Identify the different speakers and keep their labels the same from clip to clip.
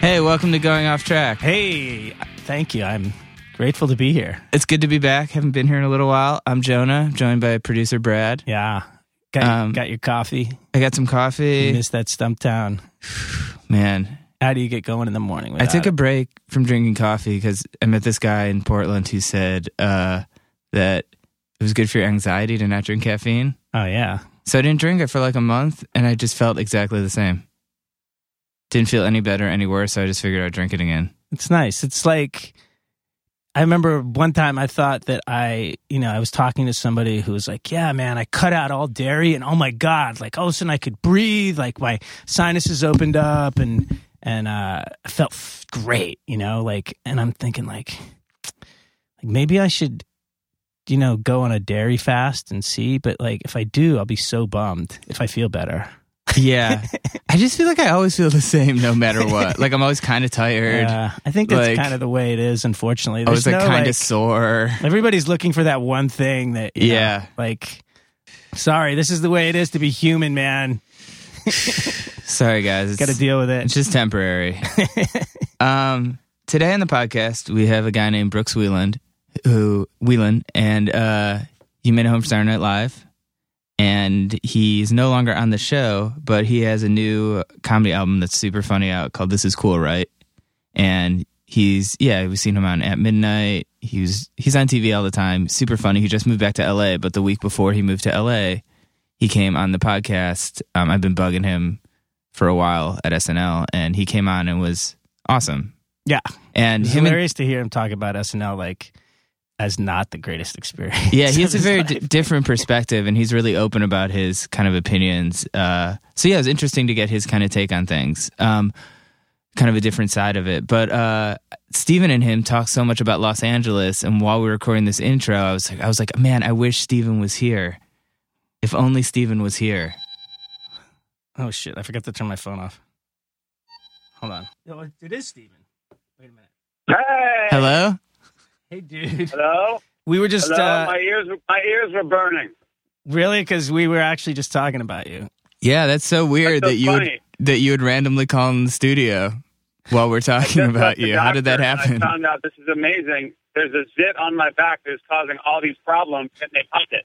Speaker 1: Hey, welcome to Going Off Track.
Speaker 2: Hey, thank you. I'm grateful to be here.
Speaker 1: It's good to be back. Haven't been here in a little while. I'm Jonah, joined by producer Brad.
Speaker 2: Yeah. Got,
Speaker 1: Um, eh.
Speaker 2: got your coffee.
Speaker 1: I got some coffee.
Speaker 2: Miss that stump town.
Speaker 1: Man,
Speaker 2: How do you get going in the morning?
Speaker 1: I
Speaker 2: Without
Speaker 1: took a
Speaker 2: it?
Speaker 1: break from drinking coffee because I met this guy in Portland who said uh, that it was good for your anxiety to not drink caffeine.
Speaker 2: Oh yeah.
Speaker 1: So I didn't drink it for like a month and I just felt exactly the same. Didn't feel any better, any worse. So I just figured I'd drink it again.
Speaker 2: It's nice. It's like I remember one time I thought that I, you know, I was talking to somebody who was like, "Yeah, man, I cut out all dairy, and oh my god, like all of a sudden I could breathe, like my sinuses opened up, and and uh, I felt f- great, you know, like." And I'm thinking like, like maybe I should, you know, go on a dairy fast and see. But like, if I do, I'll be so bummed if I feel better.
Speaker 1: Yeah. I just feel like I always feel the same no matter what. Like I'm always kind of tired.
Speaker 2: Yeah, I think that's
Speaker 1: Like- Oh,
Speaker 2: kind of the way it is. Unfortunately,
Speaker 1: I
Speaker 2: There's
Speaker 1: was like
Speaker 2: no,
Speaker 1: kind of
Speaker 2: like-
Speaker 1: sore.
Speaker 2: Everybody's looking for that one thing that you know,
Speaker 1: Yeah.
Speaker 2: like sorry, this is the way it is to be human, man.
Speaker 1: Sorry, guys. It's,
Speaker 2: Got to deal with
Speaker 1: it's
Speaker 2: it.
Speaker 1: just temporary. um, today on the podcast, we have a guy named Brooks Wheeland, who Wheeland, and uh, he made a home for Saturday Night Live, and he's no longer on the show, but he has a new comedy album that's super funny out called "This Is Cool, Right?" And he's yeah, we've seen him on At Midnight. He was he's on TV all the time. Super funny. He just moved back to LA, but the week before he moved to LA, he came on the podcast. Um, I've been bugging him for a while at SNL, and he came on and was awesome.
Speaker 2: Yeah.
Speaker 1: and
Speaker 2: It's
Speaker 1: him and,
Speaker 2: hilarious to hear him talk about SNL like as not the greatest experience.
Speaker 1: yeah, he
Speaker 2: of
Speaker 1: has a
Speaker 2: his
Speaker 1: very d-
Speaker 2: life.
Speaker 1: different perspective, and he's really open about his kind of opinions. Uh, so yeah, it was interesting to get his kind of take on things, um, kind of a different side of it. But uh, Stephen and him talk so much about Los Angeles, and while we were recording this intro, I was like, I was like, man, I wish Stephen was here. If only Stephen was here.
Speaker 2: Oh shit, I forgot to turn my phone off. Hold on. No, it is Steven. Wait a minute.
Speaker 3: Hey.
Speaker 1: Hello.
Speaker 2: Hey dude.
Speaker 3: Hello.
Speaker 2: We were just
Speaker 3: Hello.
Speaker 2: uh
Speaker 3: my ears, my ears were burning.
Speaker 2: really cuz we were actually just talking about you.
Speaker 1: Yeah, that's so weird
Speaker 3: That's so
Speaker 1: that you
Speaker 3: funny.
Speaker 1: would that you would randomly call in the studio while we're talking
Speaker 3: Just
Speaker 1: about
Speaker 3: left the
Speaker 1: you. How did that
Speaker 3: doctor, and
Speaker 1: happen?
Speaker 3: I found out this is amazing. There's a zit on my back that's causing all these problems, and they popped it.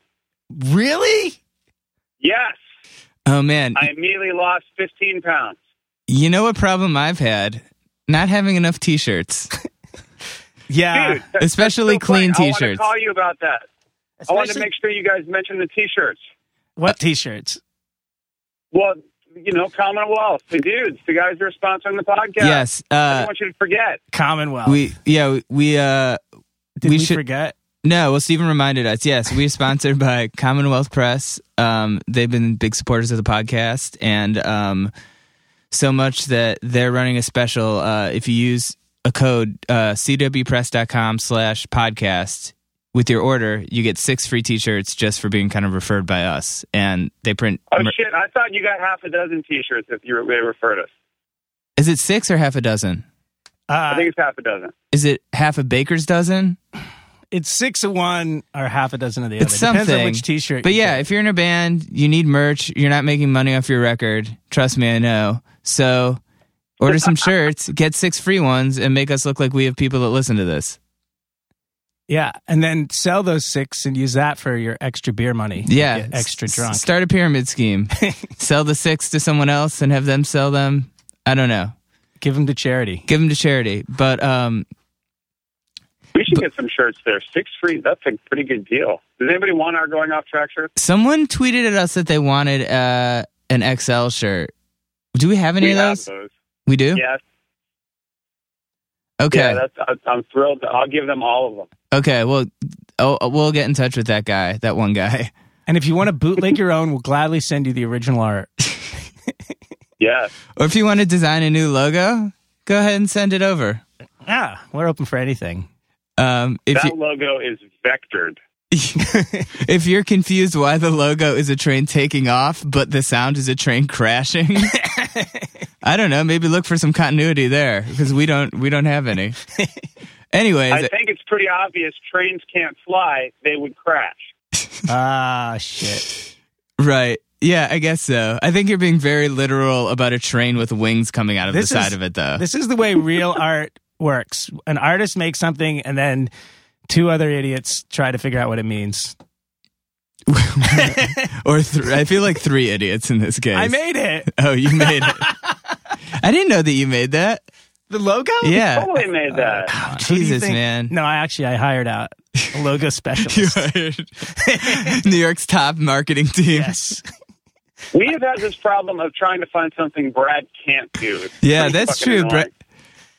Speaker 2: Really?
Speaker 3: Yes,
Speaker 1: Oh man,
Speaker 3: I immediately lost 15 pounds.
Speaker 1: You know what problem I've had? Not having enough t-shirts,
Speaker 2: Yeah.
Speaker 3: Dude, that's
Speaker 1: especially
Speaker 3: so
Speaker 1: clean
Speaker 3: funny. I want to
Speaker 1: t-shirts.
Speaker 3: call you about that. I want to
Speaker 2: Especially-
Speaker 3: make sure you guys mention the T-shirts.
Speaker 2: what t-shirts?
Speaker 3: Well, you know, Commonwealth, the dudes, the guys who are sponsoring the podcast.
Speaker 1: Yes.
Speaker 3: I don't
Speaker 1: Uh,
Speaker 3: want you to forget.
Speaker 2: Commonwealth.
Speaker 1: we yeah we- we uh
Speaker 2: Did
Speaker 1: we
Speaker 2: we,
Speaker 1: should-
Speaker 2: forget?
Speaker 1: no well Stephen reminded us yes we are sponsored by Commonwealth Press. Um, they've been big supporters of the podcast and um, so much that they're running a special. Uh, if you use a code uh, cwpress.com slash podcast with your order, you get six free t-shirts just for being kind of referred by us, and they print.
Speaker 3: Oh shit! I thought you got half a dozen T-shirts if you they referred us.
Speaker 1: Is it six or half a dozen?
Speaker 2: Uh,
Speaker 3: I think it's half a dozen.
Speaker 1: Is it half a baker's dozen?
Speaker 2: it's six of one or half a dozen of the other.
Speaker 1: It's
Speaker 2: Depends on
Speaker 1: something.
Speaker 2: which T-shirt.
Speaker 1: But
Speaker 2: you
Speaker 1: yeah,
Speaker 2: get.
Speaker 1: if you're in a band, you need merch. You're not making money off your record. Trust me, I know. So order some shirts, get six free ones, and make us look like we have people that listen to this.
Speaker 2: yeah, and then sell those six and use that for your extra beer money. to
Speaker 1: Yeah.
Speaker 2: get extra
Speaker 1: S-
Speaker 2: drunk.
Speaker 1: start a pyramid scheme. sell the six to someone else and have them sell them. I don't know.
Speaker 2: Give them to charity.
Speaker 1: Give them to charity. But um,
Speaker 3: We should get some shirts there. Six free. That's a pretty good deal. Does anybody want our going off track shirts?
Speaker 1: someone tweeted at us that they wanted uh, an XL shirt. Do we have any
Speaker 3: we
Speaker 1: of
Speaker 3: have
Speaker 1: those?
Speaker 3: those.
Speaker 1: We do?
Speaker 3: Yes.
Speaker 1: Okay.
Speaker 3: Yeah, that's, I, I'm thrilled. I'll give them all of them.
Speaker 1: Okay, well, oh, we'll get in touch with that guy, that one guy.
Speaker 2: And if you want to bootleg your own, we'll gladly send you the original art.
Speaker 3: Yes.
Speaker 1: Or if you want to design a new logo, go ahead and send it over.
Speaker 2: Yeah, Ah, we're open for anything.
Speaker 1: Um, if
Speaker 3: that
Speaker 1: you,
Speaker 3: logo is vectored.
Speaker 1: if you're confused why the logo is a train taking off but the sound is a train crashing, I don't know. Maybe look for some continuity there because we don't we don't have any.
Speaker 3: I
Speaker 1: Anyways,
Speaker 3: think it's pretty obvious. Trains can't fly; they would crash.
Speaker 2: ah, shit.
Speaker 1: Right. Yeah, I guess so. I think you're being very literal about a train with wings coming out of
Speaker 2: This
Speaker 1: the side
Speaker 2: is-
Speaker 1: of it, though.
Speaker 2: This is the way real art works. An artist makes something, and then two other idiots try to figure out what it means.
Speaker 1: or th- I feel like three idiots in this case.
Speaker 2: I made it.
Speaker 1: Oh, you made it. I didn't know that you made that.
Speaker 2: The logo.
Speaker 1: Yeah.
Speaker 3: Totally made that.
Speaker 1: Oh,
Speaker 2: Who do you
Speaker 1: Jesus,
Speaker 2: think-
Speaker 1: man.
Speaker 2: No, I actually I hired out a logo
Speaker 1: You
Speaker 2: specialist.
Speaker 1: hired New York's top marketing team.
Speaker 2: yes.
Speaker 3: We have had this problem of trying to find something Brad can't do. It's
Speaker 1: Yeah,
Speaker 3: pretty
Speaker 1: that's
Speaker 3: fucking
Speaker 1: true.
Speaker 3: annoying.
Speaker 1: Brett.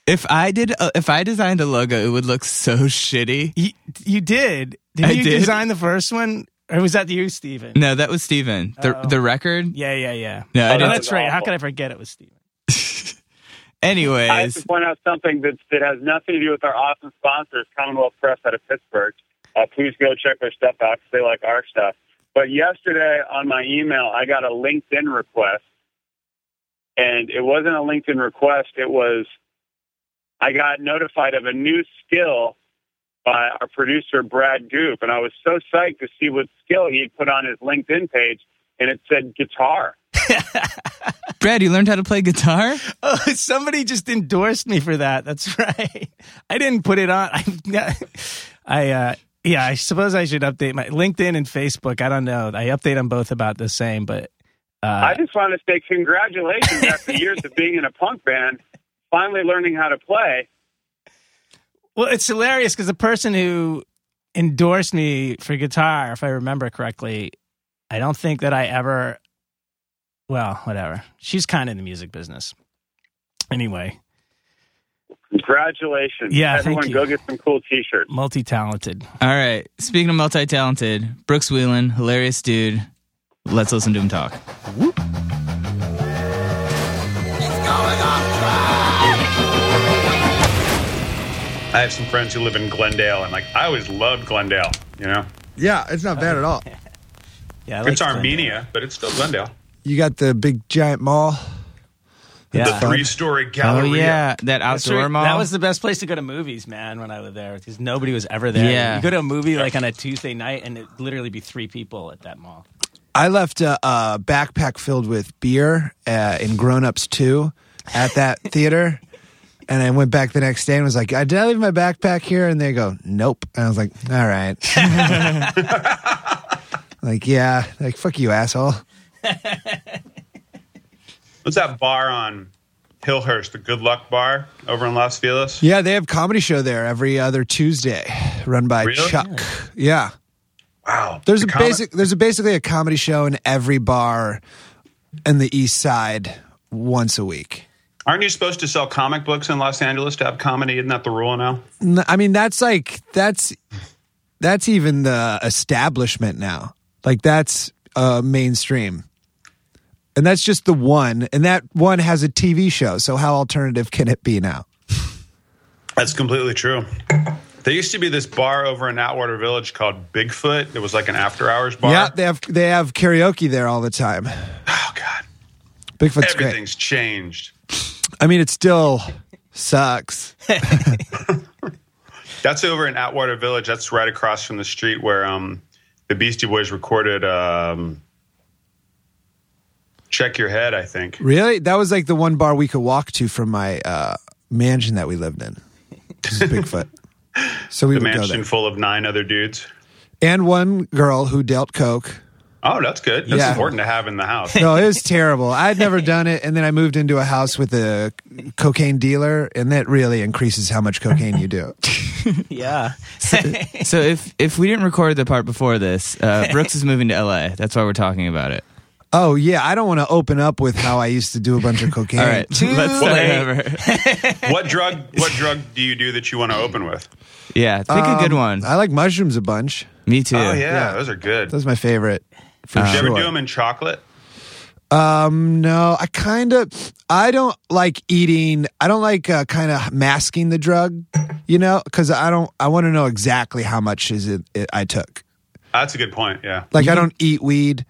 Speaker 1: If I did, a, if I designed a logo, it would look so shitty.
Speaker 2: You, you did. Did
Speaker 1: I
Speaker 2: you
Speaker 1: did.
Speaker 2: design the first one, or was that you, Steven?
Speaker 1: No, that was Steven. The
Speaker 2: Uh-oh.
Speaker 1: the record.
Speaker 2: Yeah, yeah, yeah.
Speaker 1: No,
Speaker 3: Oh,
Speaker 1: I
Speaker 2: Oh,
Speaker 1: didn't.
Speaker 3: that
Speaker 2: that's
Speaker 3: was
Speaker 2: right. How
Speaker 3: awful.
Speaker 2: could I forget it was Steven?
Speaker 3: I have to
Speaker 1: Anyways,
Speaker 3: point out something that, that has nothing to do with our awesome sponsors, Commonwealth Press out of Pittsburgh. Uh, please go check their stuff out 'cause they like our stuff. But yesterday on my email, I got a LinkedIn request. And it wasn't a LinkedIn request. It was, I got notified of a new skill by our producer, Brad Goop. And I was so psyched to see what skill he had put on his LinkedIn page. And it said guitar.
Speaker 1: Brad, you learned how to play guitar.
Speaker 2: Oh, somebody just endorsed me for that. That's right. I didn't put it on. I, I uh, yeah. I suppose I should update my LinkedIn and Facebook. I don't know. I update them both about the same, but
Speaker 3: I
Speaker 2: uh,
Speaker 3: just want to say congratulations after years of being in a punk band, finally learning how to play.
Speaker 2: well, it's hilarious because the person who endorsed me for guitar, if I remember correctly, I don't think that I ever. Well, whatever. She's kind of in the music business. Anyway,
Speaker 3: Congratulations.
Speaker 2: Yeah, thank
Speaker 3: Everyone
Speaker 2: you.
Speaker 3: go get some cool t shirts.
Speaker 2: multi-talented.
Speaker 1: All right. Speaking of multi-talented, Brooks Wheelan, hilarious dude. Let's listen to him talk.
Speaker 3: I have some friends who live in Glendale and like I always loved Glendale, you know.
Speaker 4: Yeah, it's not bad at all.
Speaker 2: Yeah, I
Speaker 3: It's
Speaker 2: like-
Speaker 3: Armenia, but it's still Glendale.
Speaker 2: Oh,
Speaker 4: You got the big giant mall.
Speaker 2: Yeah.
Speaker 4: fun.
Speaker 3: Three story
Speaker 1: Oh
Speaker 3: gallery.
Speaker 1: yeah, that
Speaker 2: That's true.
Speaker 1: outdoor mall.
Speaker 2: That was the best place to go to movies, man, when I lived there because nobody was ever there.
Speaker 1: Yeah.
Speaker 2: You go to a movie like on a Tuesday night and it'd literally be three people at that mall.
Speaker 4: I left a, a backpack filled with beer uh, and Grown Ups 2 at that theater. And I went back the next day and was like, "I did I leave my backpack here?" And they go, "Nope." And I was like, "All right." like, yeah, like fuck you, asshole.
Speaker 5: What's that bar on Hillhurst, the Good Luck Bar over in Los Feliz?
Speaker 4: Yeah, they have comedy show there every other Tuesday, run by
Speaker 5: Really?
Speaker 4: Chuck. Yeah.
Speaker 5: Wow.
Speaker 4: There's a
Speaker 5: The comic-
Speaker 4: basic. There's a basically a comedy show in every bar in the East Side once a week.
Speaker 5: Aren't you supposed to sell comic books in Los Angeles to have comedy? Isn't that the rule now?
Speaker 4: N- I mean, that's like that's that's even the establishment now. Like that's uh, mainstream, and that's just the one. And that one has a TV show. So how alternative can it be now?
Speaker 5: That's completely true. There used to be this bar over in Atwater Village called Bigfoot. It was like an after hours bar.
Speaker 4: Yeah, they have they have karaoke there all the time.
Speaker 5: oh, God.
Speaker 4: Bigfoot's great.
Speaker 5: Everything's changed.
Speaker 4: I mean, it still sucks.
Speaker 5: That's over in Atwater Village. That's right across from the street where um, the Beastie Boys recorded um, Check Your Head, I think.
Speaker 4: Really? That was like the one bar we could walk to from my uh, mansion that we lived in. This is Bigfoot. So we
Speaker 5: The
Speaker 4: would go
Speaker 5: mansion
Speaker 4: there.
Speaker 5: full of nine other dudes.
Speaker 4: And one girl who dealt coke.
Speaker 5: Oh, that's good. That's
Speaker 4: Yeah.
Speaker 5: important to have in the house.
Speaker 4: No, it was terrible. I had never done it, and then I moved into a house with a cocaine dealer, and that really increases how much cocaine you do.
Speaker 2: Yeah.
Speaker 1: so if if we didn't record the part before this, uh, Brooks is moving to L.A. That's why we're talking about it.
Speaker 4: Oh yeah, I don't want to open up with how I used to do a bunch of cocaine.
Speaker 1: All right, let's start
Speaker 5: late.
Speaker 1: over.
Speaker 5: what drug? What drug do you do that you want to open with?
Speaker 1: Yeah, pick a good
Speaker 4: Um,
Speaker 1: one.
Speaker 4: I like mushrooms a bunch.
Speaker 1: Me too.
Speaker 5: Oh yeah,
Speaker 4: Yeah.
Speaker 5: those are good.
Speaker 4: That was my favorite. For
Speaker 5: Did you
Speaker 4: sure.
Speaker 5: ever do them in chocolate?
Speaker 4: Um, No, I kind of I don't like eating. I don't like uh, kind of masking the drug, you know, because I don't. I want to know exactly how much is it, it I took.
Speaker 5: That's a good point. Yeah,
Speaker 4: Like I don't eat weed,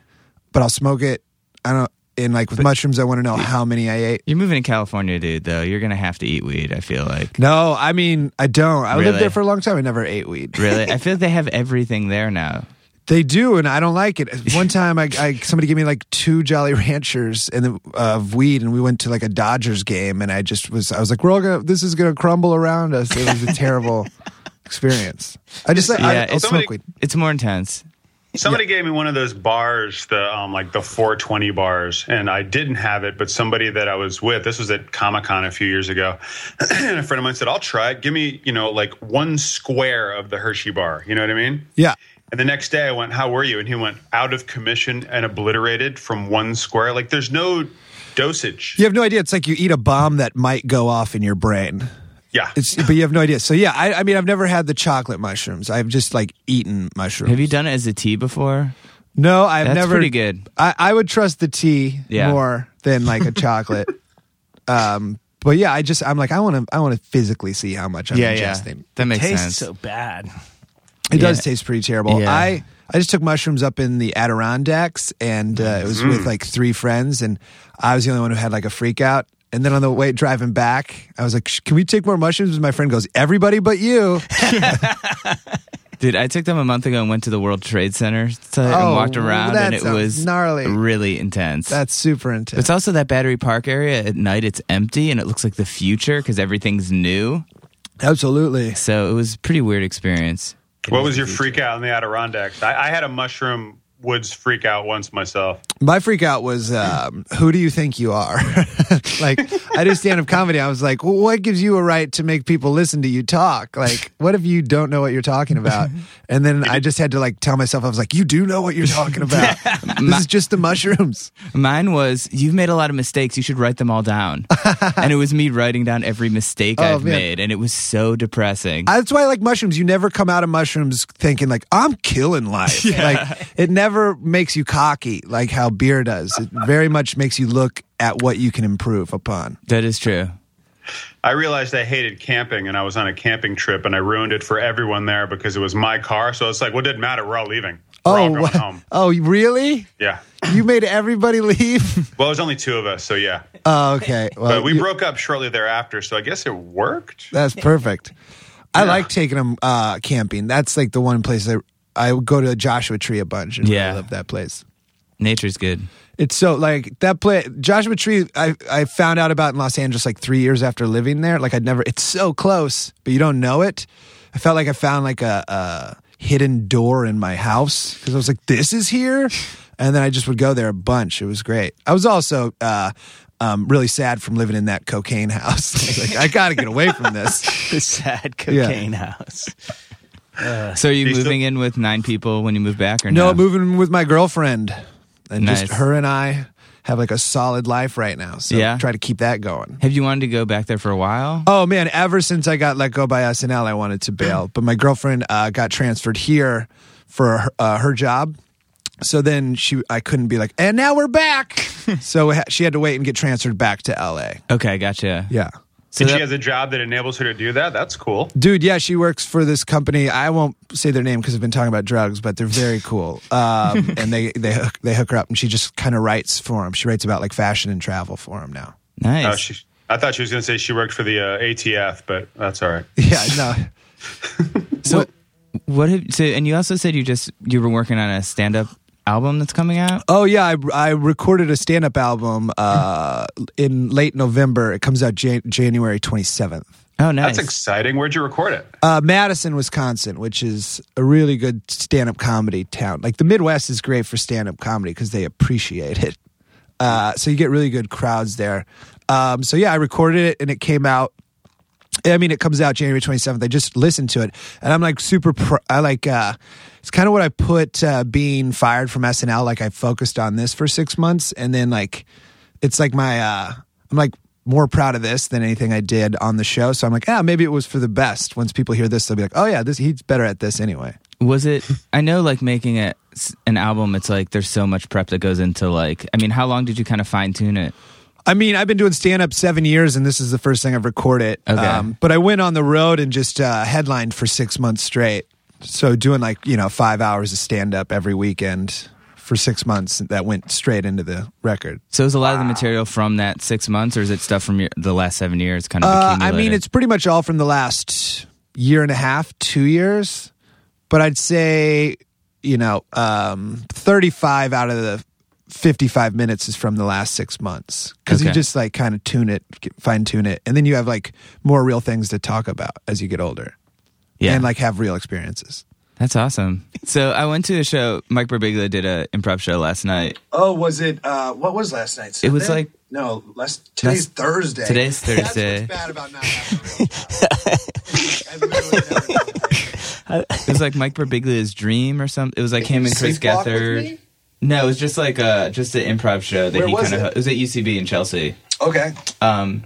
Speaker 4: but I'll smoke it. I don't. And like with mushrooms, I want to know how many I ate.
Speaker 1: You're moving to California, dude. Though you're gonna have to eat weed. I feel like.
Speaker 4: No, I mean I don't. I lived
Speaker 1: Really?
Speaker 4: there for a long time. I never ate weed.
Speaker 1: Really, I feel like they have everything there now.
Speaker 4: They do, and I don't like it. One time, I, I somebody gave me like two Jolly Ranchers and the- uh, of weed, and we went to like a Dodgers game, and I just was, I was like, we're all gonna, this is gonna crumble around us. It was a terrible experience. I just, I,
Speaker 1: Yeah,
Speaker 4: I'll
Speaker 1: it's-
Speaker 4: smoke weed.
Speaker 1: It's more intense.
Speaker 5: Somebody gave me one of those bars, the um, like the 420 bars, and I didn't have it. But somebody that I was with, this was at Comic Con a few years ago, and a friend of mine said, "I'll try it. Give me, you know, like one square of the Hershey bar. You know what I mean?"
Speaker 4: Yeah,
Speaker 5: And the next day, I went, "How were you?" And he went, "Out of commission and obliterated from one square. Like there's no dosage.
Speaker 4: you have no idea. It's like you eat a bomb that might go off in your brain.
Speaker 5: Yeah,
Speaker 4: It's, but you have no idea. So yeah, I, I mean, I've never had the chocolate mushrooms. I've just like eaten mushrooms.
Speaker 1: Have you done it as a tea before?
Speaker 4: No, I've
Speaker 1: That's
Speaker 4: never.
Speaker 1: pretty good.
Speaker 4: I, I would trust the tea
Speaker 1: Yeah.
Speaker 4: more than like a chocolate. um, but yeah, I just I'm like I want to I want to physically see how much I'm
Speaker 1: yeah,
Speaker 4: ingesting.
Speaker 1: yeah. That makes
Speaker 2: tastes
Speaker 1: sense.
Speaker 2: so bad.
Speaker 4: It does
Speaker 1: Yeah.
Speaker 4: taste pretty terrible.
Speaker 1: Yeah.
Speaker 4: I I just took mushrooms up in the Adirondacks, and uh, it was
Speaker 1: Mm.
Speaker 4: with like three friends, and I was the only one who had like a freak out. And then on the way driving back, I was like, "Sh- "Can we take more mushrooms?" And my friend goes, "Everybody but you."
Speaker 1: Dude, I took them a month ago and went to the World Trade Center to, and
Speaker 4: Oh,
Speaker 1: walked around,
Speaker 4: that
Speaker 1: and it
Speaker 4: sounds
Speaker 1: was
Speaker 4: gnarly.
Speaker 1: really intense.
Speaker 4: That's super intense.
Speaker 1: it's also that Battery Park area at night. It's empty and it looks like the future because everything's new.
Speaker 4: Absolutely.
Speaker 1: So it was a pretty weird experience.
Speaker 5: What was your freak out in the Adirondacks? I, I had a mushroom woods freak out once myself.
Speaker 4: My freak out was, um, who do you think you are? like, I do stand up comedy. I was like, well, what gives you a right to make people listen to you talk? Like, what if you don't know what you're talking about? And then I just had to like tell myself, I was like, you do know what you're talking about. this is just the mushrooms.
Speaker 1: Mine was you've made a lot of mistakes. You should write them all down. and it was me writing down every mistake
Speaker 4: Oh,
Speaker 1: I've
Speaker 4: man.
Speaker 1: made, and it was so depressing.
Speaker 4: That's why I like mushrooms. You never come out of mushrooms thinking like, I'm killing life. Like, it never makes you cocky like how beer does. It very much makes you look at what you can improve upon.
Speaker 1: that is true.
Speaker 5: I realized I hated camping and I was on a camping trip and I ruined it for everyone there because it was my car. So it's like, well, it didn't matter. We're all leaving. We're all going
Speaker 4: what-
Speaker 5: home.
Speaker 4: oh, really?
Speaker 5: Yeah.
Speaker 4: You made everybody leave?
Speaker 5: Well, it was only two of us. So yeah.
Speaker 4: Oh, okay. Well,
Speaker 5: But we
Speaker 4: you-
Speaker 5: broke up shortly thereafter. So I guess it worked.
Speaker 4: that's perfect. I like taking them uh, camping. That's like the one place I I would go to Joshua Tree a bunch. And yeah,
Speaker 1: Yeah.
Speaker 4: I love that place.
Speaker 1: Nature's good.
Speaker 4: It's so like that place, Joshua Tree. I I found out about in Los Angeles like three years after living there. Like I'd never. It's so close, but you don't know it. I felt like I found like a, a hidden door in my house because I was like, this is here, and then I just would go there a bunch. It was great. I was also. Uh, um, really sad from living in that cocaine house. I was like, I gotta get away from this.
Speaker 2: The sad cocaine house.
Speaker 1: So are you
Speaker 5: you still-
Speaker 1: moving in with nine people when you move back, or no?
Speaker 4: No, moving with my girlfriend, and
Speaker 1: Nice.
Speaker 4: just her and I have like a solid life right now. So
Speaker 1: Yeah.
Speaker 4: try to keep that going.
Speaker 1: Have you wanted to go back there for a while?
Speaker 4: Oh man, ever since I got let go by SNL, I wanted to bail, but my girlfriend uh, got transferred here for her, uh, her job. So then she, I couldn't be like, and now we're back. so ha- she had to wait and get transferred back to LA.
Speaker 1: Okay, gotcha.
Speaker 4: Yeah.
Speaker 1: So
Speaker 5: and
Speaker 1: that-
Speaker 5: she has a job that enables her to do that. That's cool.
Speaker 4: Dude, yeah, she works for this company. I won't say their name because I've been talking about drugs, but they're very cool. Um, and they they hook, they hook her up, and she just kind of writes for them. She writes about like fashion and travel for them now.
Speaker 1: nice.
Speaker 5: Uh, she, I thought she was going to say she worked for the uh, ATF, but that's all right.
Speaker 4: Yeah, no,
Speaker 1: so what have so and you also said you just you were working on a stand up album that's coming out?
Speaker 4: Oh yeah, I, I recorded a stand-up album uh, in late November. It comes out Jan- January 27th.
Speaker 1: Oh nice.
Speaker 5: That's exciting. Where'd you record it?
Speaker 4: Uh, Madison, Wisconsin, which is a really good stand-up comedy town. Like the Midwest is great for stand-up comedy because they appreciate it. Uh, so you get really good crowds there. Um, so yeah, I recorded it and it came out I mean, it comes out January 27th. I just listened to it and I'm like super, pr- I like, uh, it's kind of what I put uh, being fired from SNL. Like, I focused on this for six months and then, like, it's like my, uh, I'm like more proud of this than anything I did on the show. So I'm like, ah, maybe it was for the best. Once people hear this, they'll be like, oh, yeah, this he's better at this anyway.
Speaker 1: was it I know like making a, s- an album it's like there's so much prep that goes into like I mean how long did you kind of fine tune it?
Speaker 4: I mean, I've been doing stand up seven years, and this is the first thing I've recorded. Um,
Speaker 1: Okay.
Speaker 4: but I went on the road and just uh, headlined for six months straight. So doing like you know five hours of stand up every weekend for six months that went straight into the record.
Speaker 1: So is a lot of the material from that six months or is it stuff from your, the last seven years kind of
Speaker 4: Uh, I
Speaker 1: accumulated?
Speaker 4: mean, it's pretty much all from the last year and a half, two years. But I'd say you know, um, 35 out of the 55 minutes is from the last six months because you
Speaker 1: Okay.
Speaker 4: just like kind of tune it, fine tune it. And then you have like more real things to talk about as you get older
Speaker 1: Yeah.
Speaker 4: and like have real experiences.
Speaker 1: That's awesome. So I went to a show. Mike Birbiglia did an improv show last night.
Speaker 6: Oh, was it? Uh, what was last night?
Speaker 1: It was
Speaker 6: Sunday?
Speaker 1: like-
Speaker 6: no. Last today's
Speaker 1: That's-
Speaker 6: Thursday.
Speaker 1: Today's
Speaker 6: That's
Speaker 1: Thursday.
Speaker 6: what's bad about not having a real job. I literally never did that.
Speaker 1: It was like Mike Birbiglia's dream or something. It was like him and Chris
Speaker 6: Sleepwalk with
Speaker 1: Gethard.
Speaker 6: me?
Speaker 1: No, it was just like a just an improv show that
Speaker 6: Where
Speaker 1: he
Speaker 6: was
Speaker 1: kind of
Speaker 6: it?
Speaker 1: it was at UCB in Chelsea.
Speaker 6: Okay,
Speaker 1: Um,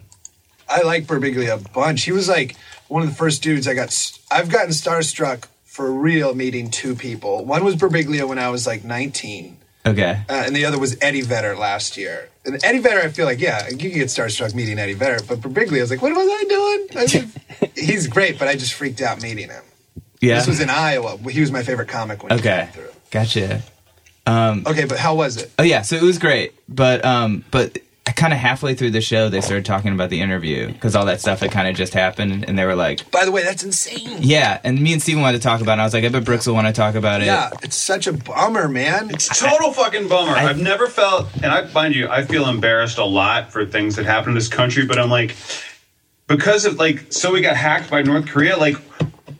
Speaker 6: I like Birbiglia a bunch. He was like one of the first dudes I got. s- I've gotten starstruck for real meeting two people. One was Birbiglia when I was like 19.
Speaker 1: okay,
Speaker 6: uh, and the other was Eddie Vedder last year. And Eddie Vedder, I feel like, yeah, you can get starstruck meeting Eddie Vedder, but Birbiglia, I was like, what was I doing? I was like, he's great, but I just freaked out meeting him.
Speaker 1: yeah,
Speaker 6: This was in Iowa. He was my favorite comic when
Speaker 1: okay,
Speaker 6: he came through.
Speaker 1: gotcha.
Speaker 6: Okay, but how was it?
Speaker 1: Oh yeah, so it was great, but um, but kind of halfway through the show they started talking about the interview because all that stuff had kind of just happened, and they were like,
Speaker 6: By the way, that's insane.
Speaker 1: yeah, and me and Steven wanted to talk about it. and I was like, I bet Brooks will want to talk about it.
Speaker 6: Yeah, it's such a bummer, man.
Speaker 5: It's total fucking bummer. I, have never felt, and I mind you, I feel embarrassed a lot for things that happen in this country. But I'm like, because of like, so we got hacked by North Korea. Like,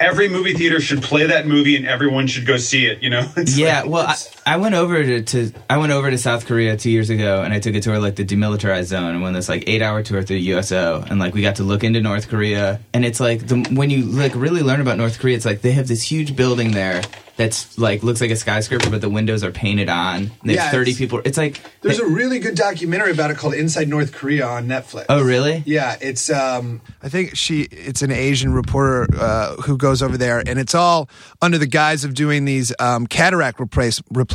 Speaker 5: every movie theater should play that movie, and everyone should go see it. You know? It's
Speaker 1: Yeah,
Speaker 5: like-
Speaker 1: well, I, I went over to, to I went over to South Korea two years ago, and I took a tour like the demilitarized zone, and went this like eight hour tour through USO, and like we got to look into North Korea, and it's like the, when you like really learn about North Korea, it's like they have this huge building there that's like looks like a skyscraper, but the windows are painted on. And they
Speaker 6: Yeah,
Speaker 1: have thirty
Speaker 6: it's-
Speaker 1: people. It's like
Speaker 6: There's
Speaker 1: they-
Speaker 6: a really good documentary about it called Inside North Korea on Netflix.
Speaker 1: oh really?
Speaker 6: Yeah, it's um
Speaker 4: I think she it's an Asian reporter uh, who goes over there, and it's all under the guise of doing these um, cataract replace, replacements.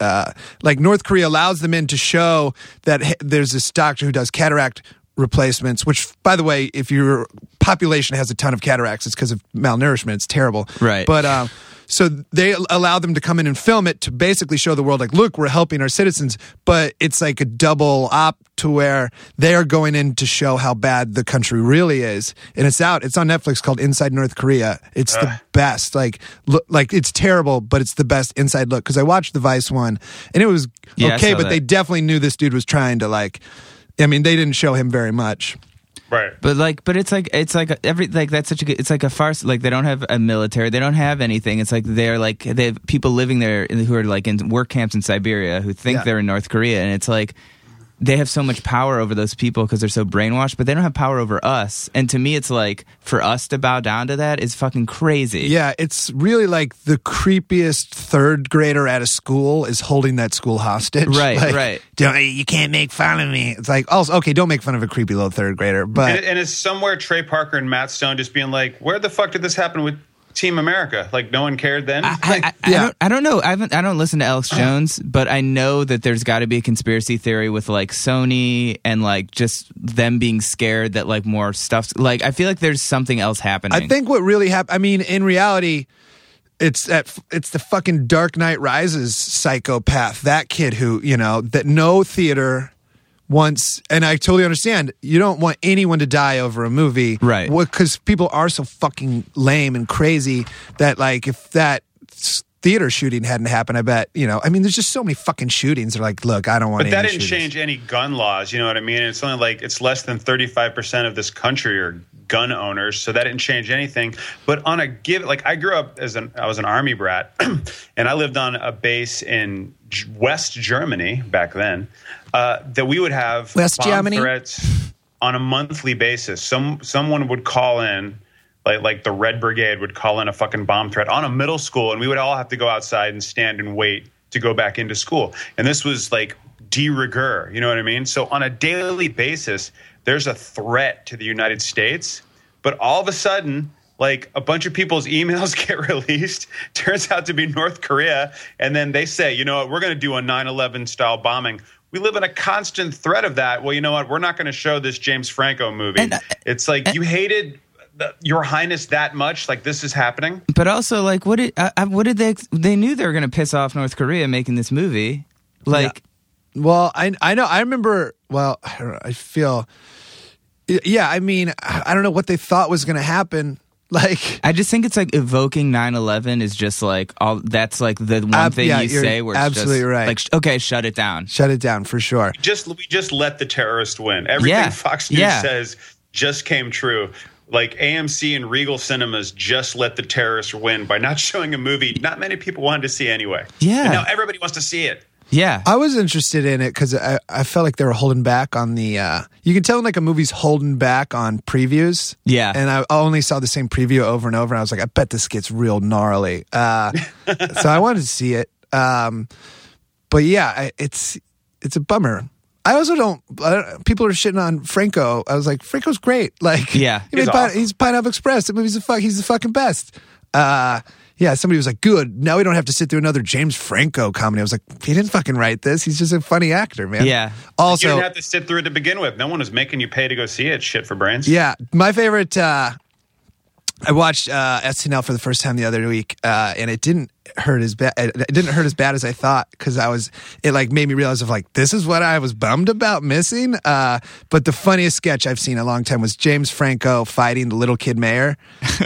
Speaker 4: Uh, like North Korea allows them in to show that h- there's this doctor who does cataract replacements. Which, by the way, if your population has a ton of cataracts, it's because of malnourishment. It's terrible,
Speaker 1: Right.
Speaker 4: But um, so they allow them to come in and film it to basically show the world, like, look, we're helping our citizens. But it's like a double op to where they are going in to show how bad the country really is. And it's out. It's on Netflix called Inside North Korea. It's
Speaker 1: Uh.
Speaker 4: the best. Like, look, like it's terrible, but it's the best inside look. Because I watched the Vice one, and it was
Speaker 1: Yeah, I
Speaker 4: okay,
Speaker 1: saw
Speaker 4: but
Speaker 1: that.
Speaker 4: they definitely knew this dude was trying to like. I mean, they didn't show him very much.
Speaker 5: right.
Speaker 1: But like, but it's like it's like every like that's such a good. It's like a farce. Like they don't have a military. They don't have anything. It's like they're like they have people living there in- who are like in work camps in Siberia who think
Speaker 4: Yeah.
Speaker 1: they're in North Korea, and it's like they have so much power over those people because they're so brainwashed. But they don't have power over us. And to me, it's like for us to bow down to that is fucking crazy.
Speaker 4: Yeah, it's really like the creepiest third grader at a school is holding that school hostage.
Speaker 1: Right,
Speaker 4: Like,
Speaker 1: right.
Speaker 4: Don't, you can't make fun of me. It's like, also, okay, don't make fun of a creepy little third grader,
Speaker 5: And,
Speaker 4: but
Speaker 5: it- and it's somewhere Trey Parker and Matt Stone just being like, "Where the fuck did this happen with Team America? Like, no one cared then."
Speaker 1: I, I, I,
Speaker 4: Yeah.
Speaker 1: I, don't, I don't know. I haven't. I don't listen to Alex Jones, but I know that there's got to be a conspiracy theory with like Sony and like just them being scared that like more stuff. Like I feel like there's something else happening.
Speaker 4: I think what really happened. I mean, in reality, it's that it's the fucking Dark Knight Rises psychopath. That kid who you know that no theater wants, and I totally understand. You don't want anyone to die over a movie,
Speaker 1: Right.
Speaker 4: Because people are so fucking lame and crazy that like if that. s- Theater shooting hadn't happened. I bet you know. I mean, there's just so many fucking shootings. They're like, look, I don't want.
Speaker 5: But that
Speaker 4: any
Speaker 5: didn't
Speaker 4: shootings.
Speaker 5: change any gun laws. You know what I mean? It's only like it's less than thirty five percent of this country are gun owners, so that didn't change anything. But on a give, like I grew up as an I was an army brat, and I lived on a base in G- West Germany back then. Uh, that we would have
Speaker 4: West
Speaker 5: bomb
Speaker 4: Germany?
Speaker 5: threats on a monthly basis. Some someone would call in. Like, like the Red Brigade would call in a fucking bomb threat on a middle school, and we would all have to go outside and stand and wait to go back into school. And this was like de rigueur, you know what I mean? So on a daily basis, there's a threat to the United States, but all of a sudden, like a bunch of people's emails get released, turns out to be North Korea, and then they say, you know what, we're going to do a 9 11 style bombing. We live in a constant threat of that. Well, you know what? We're not going to show this James Franco movie. it's like you hated the, Your Highness that much. Like this is happening.
Speaker 1: but also like what did I, I, what did they? ex- They knew they were gonna piss off North Korea making this movie. Like
Speaker 4: Well, I I know I remember. Well, I don't know, I feel. Yeah, I mean, I I don't know what they thought was going to happen. Like,
Speaker 1: I just think it's like evoking 9-11 is just like all that's like the one
Speaker 4: Ab-
Speaker 1: thing
Speaker 4: yeah,
Speaker 1: you
Speaker 4: you're
Speaker 1: say where it's
Speaker 4: absolutely
Speaker 1: just
Speaker 4: right.
Speaker 1: like sh- okay, shut it down.
Speaker 4: shut it down for sure.
Speaker 5: just we just let the terrorists win. Everything
Speaker 1: Yeah.
Speaker 5: Fox News
Speaker 1: Yeah.
Speaker 5: says just came true. Like AMC and Regal Cinemas just let the terrorists win by not showing a movie not many people wanted to see anyway.
Speaker 1: Yeah.
Speaker 5: And now everybody wants to see it.
Speaker 1: Yeah.
Speaker 4: I was interested in it because I, I felt like they were holding back on the. Uh, you can tell when, like a movie's holding back on previews.
Speaker 1: Yeah.
Speaker 4: and I only saw the same preview over and over. And I was like, I bet this gets real gnarly. Uh, so I wanted to see it. Um, but yeah, I, it's it's a bummer. I also don't. I don't people are shitting on Franco. I was like, Franco's great. Like,
Speaker 1: Yeah.
Speaker 4: he made
Speaker 5: He's
Speaker 4: Pine-
Speaker 5: awesome.
Speaker 4: he's Pineapple Express. That movie's the fuck. He's the fucking best. Uh, yeah, somebody was like, good. Now we don't have to sit through another James Franco comedy. I was like, he didn't fucking write this. He's just a funny actor, man.
Speaker 1: Yeah.
Speaker 5: you
Speaker 4: Also,
Speaker 5: didn't have to sit through it to begin with. No one was making you pay to go see it. Shit for brains.
Speaker 4: yeah, my favorite. Uh, I watched uh, SNL for the first time the other week, uh, and it didn't hurt as bad. It didn't hurt as bad as I thought because I was. It like made me realize of like this is what I was bummed about missing. Uh, but the funniest sketch I've seen in a long time was James Franco fighting the little kid mayor.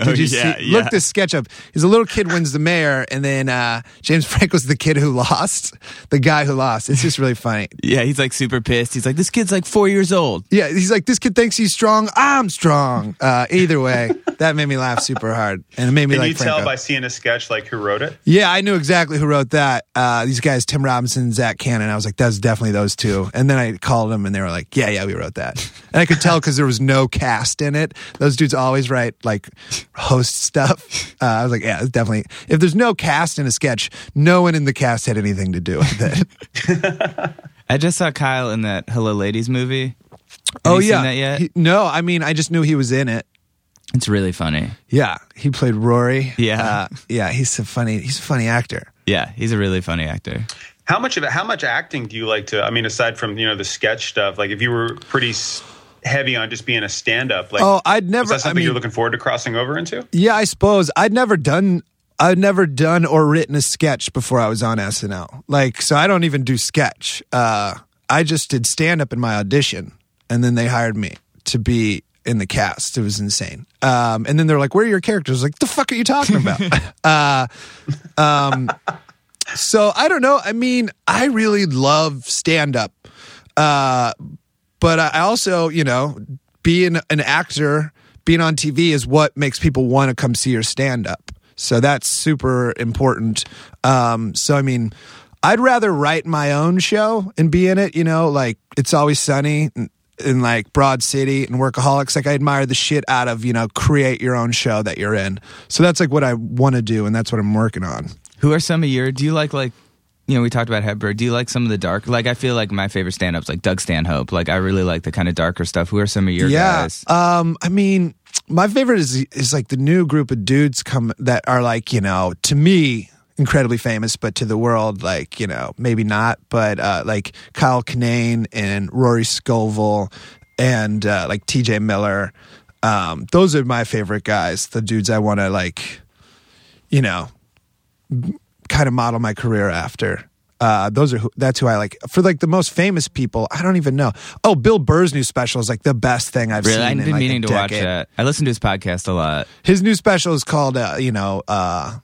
Speaker 4: Did you
Speaker 1: Oh, yeah,
Speaker 4: see?
Speaker 1: yeah.
Speaker 4: Look this sketch up. Is a little kid wins the mayor, and then uh, James Franco's the kid who lost, the guy who lost. It's just really funny.
Speaker 1: yeah, he's like super pissed. He's like this kid's like 4 years old.
Speaker 4: Yeah, he's like, this kid thinks he's strong. I'm strong. Uh, either way, that made me laugh super hard, and it made me
Speaker 5: Can
Speaker 4: like.
Speaker 5: you tell
Speaker 4: Franco.
Speaker 5: by seeing a sketch like who wrote it?
Speaker 4: yeah, I knew exactly who wrote that. Uh, these guys, Tim Robinson, Zach Cannon. I was like, that's definitely those two. And then I called them, and they were like, yeah, yeah, we wrote that. And I could tell because there was no cast in it. Those dudes always write like host stuff. Uh, I was like, yeah, it's definitely. If there's no cast in a sketch, no one in the cast had anything to do with it.
Speaker 1: I just saw Kyle in that Hello Ladies movie. Have
Speaker 4: oh
Speaker 1: you seen
Speaker 4: yeah,
Speaker 1: that yet?
Speaker 4: He- no, I mean, I just knew he was in it.
Speaker 1: it's really funny.
Speaker 4: Yeah, he played Rory.
Speaker 1: Yeah.
Speaker 4: uh, yeah, he's a funny. He's a funny actor.
Speaker 1: Yeah, he's a really funny actor.
Speaker 5: How much of it? How much acting do you like to? I mean, aside from you know the sketch stuff, like if you were pretty s- heavy on just being a stand-up, like
Speaker 4: Oh, I'd never.
Speaker 5: is that
Speaker 4: I
Speaker 5: something
Speaker 4: mean,
Speaker 5: you're looking forward to crossing over into?
Speaker 4: yeah, I suppose I'd never done. I'd never done or written a sketch before I was on SNL. Like, so I don't even do sketch. Uh, I just did stand up in my audition, and then they hired me to be in the cast. It was insane. Um, and then they're like, "Where are your characters?" I was like, "The fuck are you talking about?" uh, um, so I don't know. I mean, I really love stand up. Uh, but I I also, you know, being an actor, being on TV is what makes people want to come see your stand up. So that's super important. Um, so, I mean, I'd rather write my own show and be in it, you know, like It's Always Sunny and, and like Broad City and Workaholics. Like, I admire the shit out of, you know, create your own show that you're in. So that's like what I want to do and that's what I'm working on.
Speaker 1: Who are some of your? Do you like like? You know, we talked about Hepburn. Do you like some of the dark? Like, I feel like my favorite stand-ups, like Doug Stanhope. Like, I really like the kind of darker stuff. Who are some of your guys?
Speaker 4: Um, I mean, my favorite is is like the new group of dudes come that are like you know to me incredibly famous, but to the world like you know maybe not, but uh, like Kyle Kinane and Rory Scovel and uh, like T.J. Miller. Um, those are my favorite guys. The dudes I want to like, you know, kind of model my career after. Uh, those are who, that's who I like for like the most famous people. I don't even know. Oh, Bill Burr's new special is like the best thing I've
Speaker 1: Really,
Speaker 4: seen.
Speaker 1: I've
Speaker 4: in,
Speaker 1: been
Speaker 4: like,
Speaker 1: meaning
Speaker 4: a
Speaker 1: to watch
Speaker 4: decade.
Speaker 1: that. I listen to his podcast a lot.
Speaker 4: His new special is called, uh, you know, uh,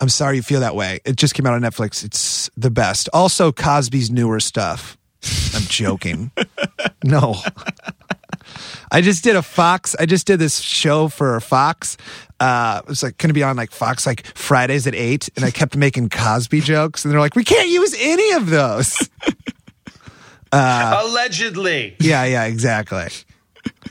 Speaker 4: I'm sorry you feel that way. It just came out on Netflix. It's the best. Also, Cosby's newer stuff. I'm joking. no. I just did a Fox. I just did this show for Fox. Uh, it was like going to be on like Fox like Fridays at eight, and I kept making Cosby jokes, and they're like, "We can't use any of those."
Speaker 5: allegedly,
Speaker 4: yeah, yeah, exactly.
Speaker 5: as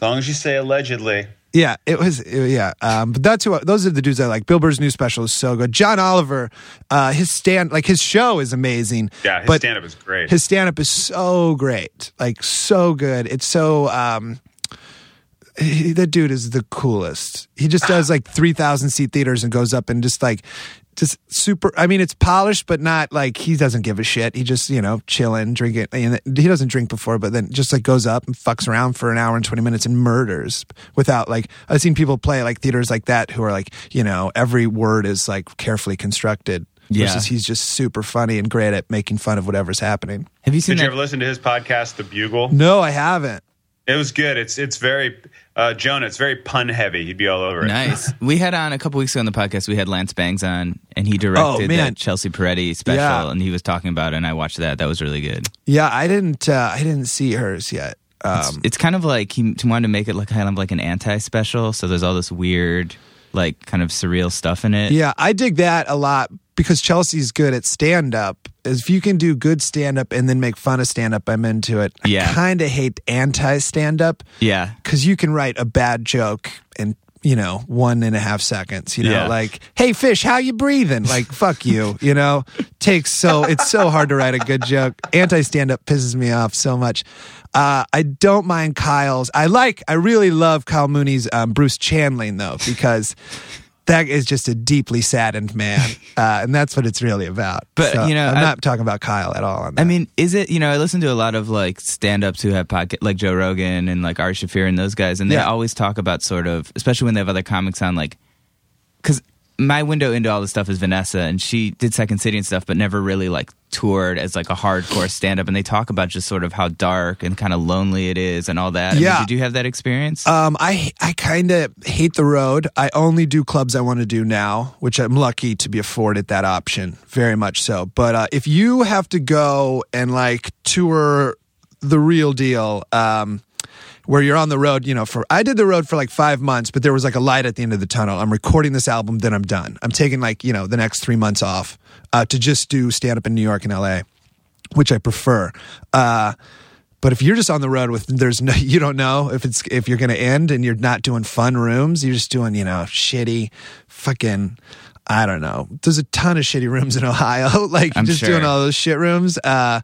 Speaker 5: long as you say allegedly.
Speaker 4: Yeah, it was. it- yeah, um, but that's who. I- those are the dudes I like. Bill Burr's new special is so good. John Oliver, uh, his stand like his show is amazing.
Speaker 5: Yeah, his
Speaker 4: but
Speaker 5: stand-up is great.
Speaker 4: his stand up is so great, like so good. It's so. Um, he, that dude is the coolest. He just does like three thousand seat theaters and goes up and just like. Just super. I mean, it's polished, but not like he doesn't give a shit. He just, you know, chilling, drinking. And he doesn't drink before, but then just like goes up and fucks around for an hour and 20 minutes and murders without like, I've seen people play like theaters like that who are like, you know, every word is like carefully constructed.
Speaker 1: Yeah.
Speaker 4: Versus he's just super funny and great at making fun of whatever's happening.
Speaker 1: Have you seen
Speaker 5: Did you
Speaker 1: that?
Speaker 5: ever listen to his podcast, The Bugle?
Speaker 4: No, I haven't.
Speaker 5: It was good. It's it's very uh, Jonah. It's very pun heavy. He'd be all over it.
Speaker 1: Nice. we had on a couple weeks ago on the podcast. We had Lance Bangs on, and he directed
Speaker 4: Oh, man.
Speaker 1: that Chelsea Peretti special,
Speaker 4: Yeah.
Speaker 1: and he was talking about it. And I watched that. That was really good.
Speaker 4: Yeah, I didn't. Uh, I didn't see hers yet. Um,
Speaker 1: It's kind of like he wanted to make it like kind of like an anti special. So there's all this weird, like kind of surreal stuff in it.
Speaker 4: yeah, I dig that a lot because Chelsea's good at stand up. If you can do good stand up and then make fun of stand up, I'm into it.
Speaker 1: Yeah.
Speaker 4: I kind of hate anti stand up
Speaker 1: Yeah.
Speaker 4: because you can write a bad joke in you know one and a half seconds. You know,
Speaker 1: Yeah.
Speaker 4: like hey fish, how you breathing? Like fuck you. You know, takes so it's so hard to write a good joke. Anti stand up pisses me off so much. Uh, I don't mind Kyle's. I like. I really love Kyle Mooney's um, Bruce Channeling though because. That is just a deeply saddened man, uh, and that's what it's really about.
Speaker 1: But, you know,
Speaker 4: I'm
Speaker 1: I-
Speaker 4: not talking about Kyle at all. On that.
Speaker 1: I mean, is it, you know, I listen to a lot of like stand ups who have podcast, like Joe Rogan and like Ari Shafir and those guys, and they
Speaker 4: Yeah.
Speaker 1: always talk about sort of, especially when they have other comics on, like, because my window into all this stuff is Vanessa, and she did Second City and stuff, but never really like toured as like a hardcore stand up. And they talk about just sort of how dark and kind of lonely it is and all that. I mean,
Speaker 4: Yeah.
Speaker 1: did you have that experience?
Speaker 4: Um, I I kind of hate the road. I only do clubs I want to do now, which I'm lucky to be afforded that option, very much so. But uh, if you have to go and like tour the real deal, um, where you're on the road, you know, for I did the road for like five months, but there was like a light at the end of the tunnel. I'm recording this album, then I'm done. I'm taking like you know the next three months off uh, to just do stand up in New York and L.A which I prefer. Uh, but if you're just on the road with there's no you don't know if it's if you're going to end and you're not doing fun rooms, you're just doing, you know, shitty fucking I don't know. There's a ton of shitty rooms in Ohio. like you're
Speaker 1: I'm
Speaker 4: just
Speaker 1: sure.
Speaker 4: doing all those shit rooms. Uh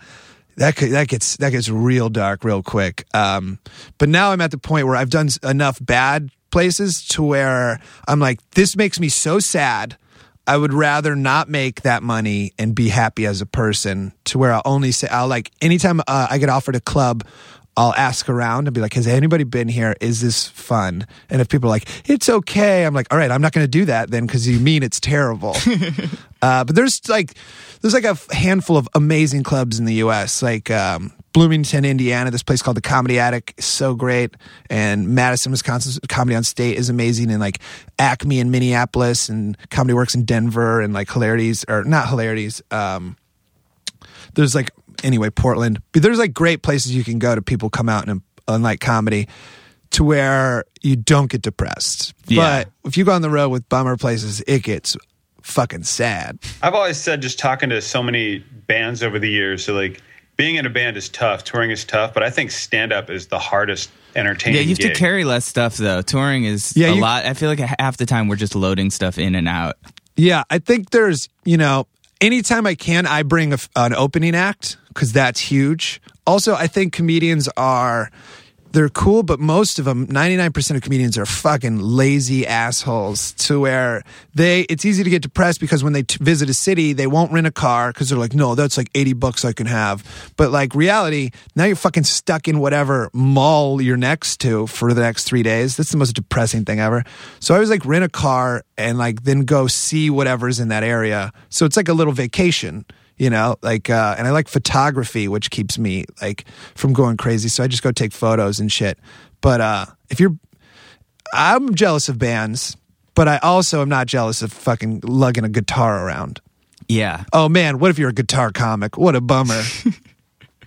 Speaker 4: that could, that gets that gets real dark real quick. Um, but now I'm at the point where I've done s- enough bad places to where I'm like, this makes me so sad. I would rather not make that money and be happy as a person to where I'll only say, I'll like, anytime uh, I get offered a club, I'll ask around and be like, has anybody been here? Is this fun? And if people are like, it's okay, I'm like, all right, I'm not going to do that then because you mean it's terrible. uh, but there's like, there's like a f- handful of amazing clubs in the US, like um, Bloomington, Indiana, this place called the Comedy Attic is so great. And Madison, Wisconsin, Comedy on State is amazing. And like Acme in Minneapolis and Comedy Works in Denver and like Hilarities, or not Hilarities, um, there's like anyway Portland, but there's like great places you can go to. People come out and, and like comedy to where you don't get depressed.
Speaker 1: Yeah.
Speaker 4: But if you go on the road with bummer places, it gets fucking sad.
Speaker 5: I've always said, just talking to so many bands over the years, so like being in a band is tough, touring is tough, but I think stand up is the hardest entertaining.
Speaker 1: yeah, you have to
Speaker 5: gig.
Speaker 1: carry less stuff though. Touring is
Speaker 4: Yeah,
Speaker 1: a
Speaker 4: you-
Speaker 1: lot. I feel like half the time we're just loading stuff in and out.
Speaker 4: Yeah, I think there's, you know, anytime I can, I bring a f an opening act because that's huge. Also, I think comedians are, they're cool, but most of them, 99% of comedians are fucking lazy assholes to where they, it's easy to get depressed because when they t- visit a city, they won't rent a car because they're like, no, that's like 80 bucks I can have. But like reality, now you're fucking stuck in whatever mall you're next to for the next three days. That's the most depressing thing ever. So I was like, rent a car and like then go see whatever's in that area. So it's like a little vacation, you know, like, uh, and I like photography, which keeps me like from going crazy. So I just go take photos and shit. But, uh, if you're, I'm jealous of bands, but I also am not jealous of fucking lugging a guitar around.
Speaker 1: Yeah.
Speaker 4: Oh man, what if you're a guitar comic? What a bummer.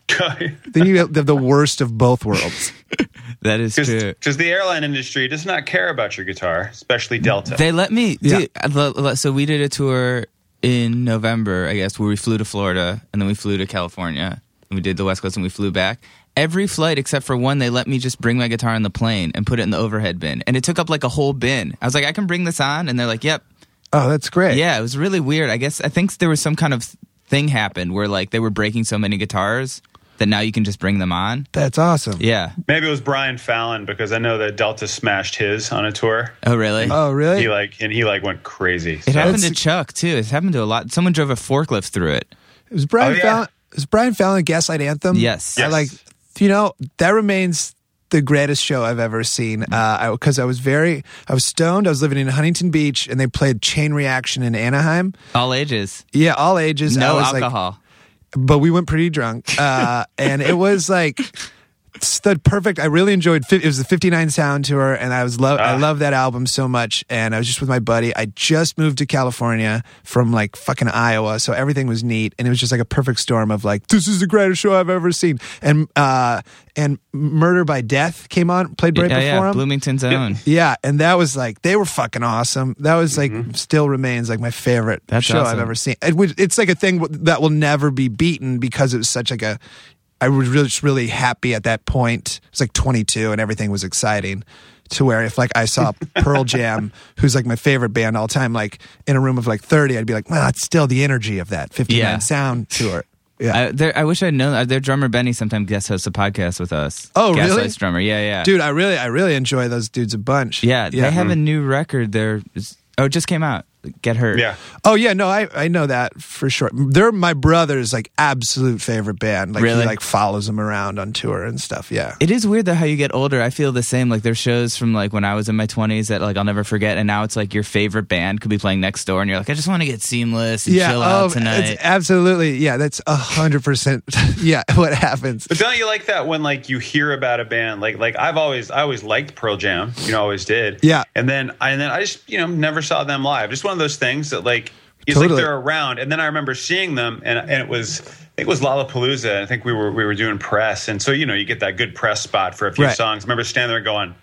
Speaker 5: carry.
Speaker 4: then you have the worst of both worlds.
Speaker 1: That is true.
Speaker 5: Because the airline industry does not care about your guitar, especially Delta.
Speaker 1: They let me.
Speaker 4: Yeah.
Speaker 1: Dude, I lo- lo- so we did a tour in November, I guess, where we flew to Florida and then we flew to California and we did the West Coast and we flew back. Every flight except for one, they let me just bring my guitar on the plane and put it in the overhead bin, and it took up like a whole bin. I was like, I can bring this on, and they're like, Yep.
Speaker 4: Oh, that's great.
Speaker 1: Yeah, it was really weird. I guess I think there was some kind of thing happened where like they were breaking so many guitars that now you can just bring them on.
Speaker 4: That's awesome.
Speaker 1: Yeah.
Speaker 5: Maybe it was Brian Fallon because I know that Delta smashed his on a tour.
Speaker 1: Oh, really?
Speaker 4: Oh, really?
Speaker 5: He like and he like went crazy.
Speaker 1: it
Speaker 5: So-
Speaker 1: happened to
Speaker 4: That's-
Speaker 1: Chuck too. It's happened to a lot. Someone drove a forklift through it.
Speaker 4: It was Brian
Speaker 5: Oh, yeah.
Speaker 4: Fallon. It was Brian Fallon Gaslight Anthem?
Speaker 1: Yes.
Speaker 4: I
Speaker 5: Yes.
Speaker 4: like, you know, that remains the greatest show I've ever seen. Because I, was very, I was stoned. I was living in Huntington Beach, and they played Chain Reaction in Anaheim.
Speaker 1: All ages.
Speaker 4: Yeah, all ages. I
Speaker 1: No
Speaker 4: was, like,
Speaker 1: alcohol.
Speaker 4: but we went pretty drunk, uh, and it was like it's the perfect. I really enjoyed. fi- It was the '59 sound tour, and I was love. I
Speaker 5: Ah.
Speaker 4: love that album so much. And I was just with my buddy. I just moved to California from like fucking Iowa, so everything was neat, and it was just like a perfect storm of like this is the greatest show I've ever seen. And uh, and Murder by Death came on, played right
Speaker 1: yeah,
Speaker 4: before
Speaker 1: yeah,
Speaker 4: him.
Speaker 1: Bloomington's own.
Speaker 4: Yeah, and that was like they were fucking awesome. That was like still remains like my favorite
Speaker 1: Mm-hmm. That's
Speaker 4: show
Speaker 1: awesome.
Speaker 4: I've ever seen. It was, it's like a thing w- that will never be beaten because it was such like a. I was really just really happy at that point. It's like 22 and everything was exciting. To where if like I saw Pearl Jam, who's like my favorite band all time, like in a room of like 30, I'd be like, well, it's still the energy of that 59
Speaker 1: Yeah.
Speaker 4: sound tour. Yeah.
Speaker 1: I, there, I wish I'd known. uh, Their drummer Benny sometimes guest hosts a podcast with us.
Speaker 4: Oh, really?
Speaker 1: Gaslight's drummer. Yeah, yeah,
Speaker 4: Dude, Mm. I really, I really enjoy those dudes a bunch.
Speaker 1: Yeah, they have a new record. There, It's- oh, it just came out. Get hurt.
Speaker 5: Yeah.
Speaker 4: Oh yeah, no, I, I know that for sure. They're my brother's like absolute favorite band. Like
Speaker 1: Really?
Speaker 4: he like follows them around on tour and stuff. Yeah.
Speaker 1: It is weird though how you get older. I feel the same. Like there's shows from like when I was in my 20s that like I'll never forget, and now it's like your favorite band could be playing next door, and you're like, I just want to get seamless and
Speaker 4: yeah.
Speaker 1: chill out
Speaker 4: oh,
Speaker 1: tonight.
Speaker 4: It's absolutely. Yeah. That's a hundred percent. Yeah. What happens?
Speaker 5: But don't you like that when like you hear about a band like like I've always I always liked Pearl Jam, you know, always did.
Speaker 4: Yeah.
Speaker 5: And then I and then I just you know never saw them live. Just one of those things that like it's
Speaker 4: Totally.
Speaker 5: like they're around. And then I remember seeing them, and and it was I think it was Lollapalooza. and I think we were we were doing press, and so you know you get that good press spot for a few
Speaker 4: Right.
Speaker 5: songs. I remember standing there going,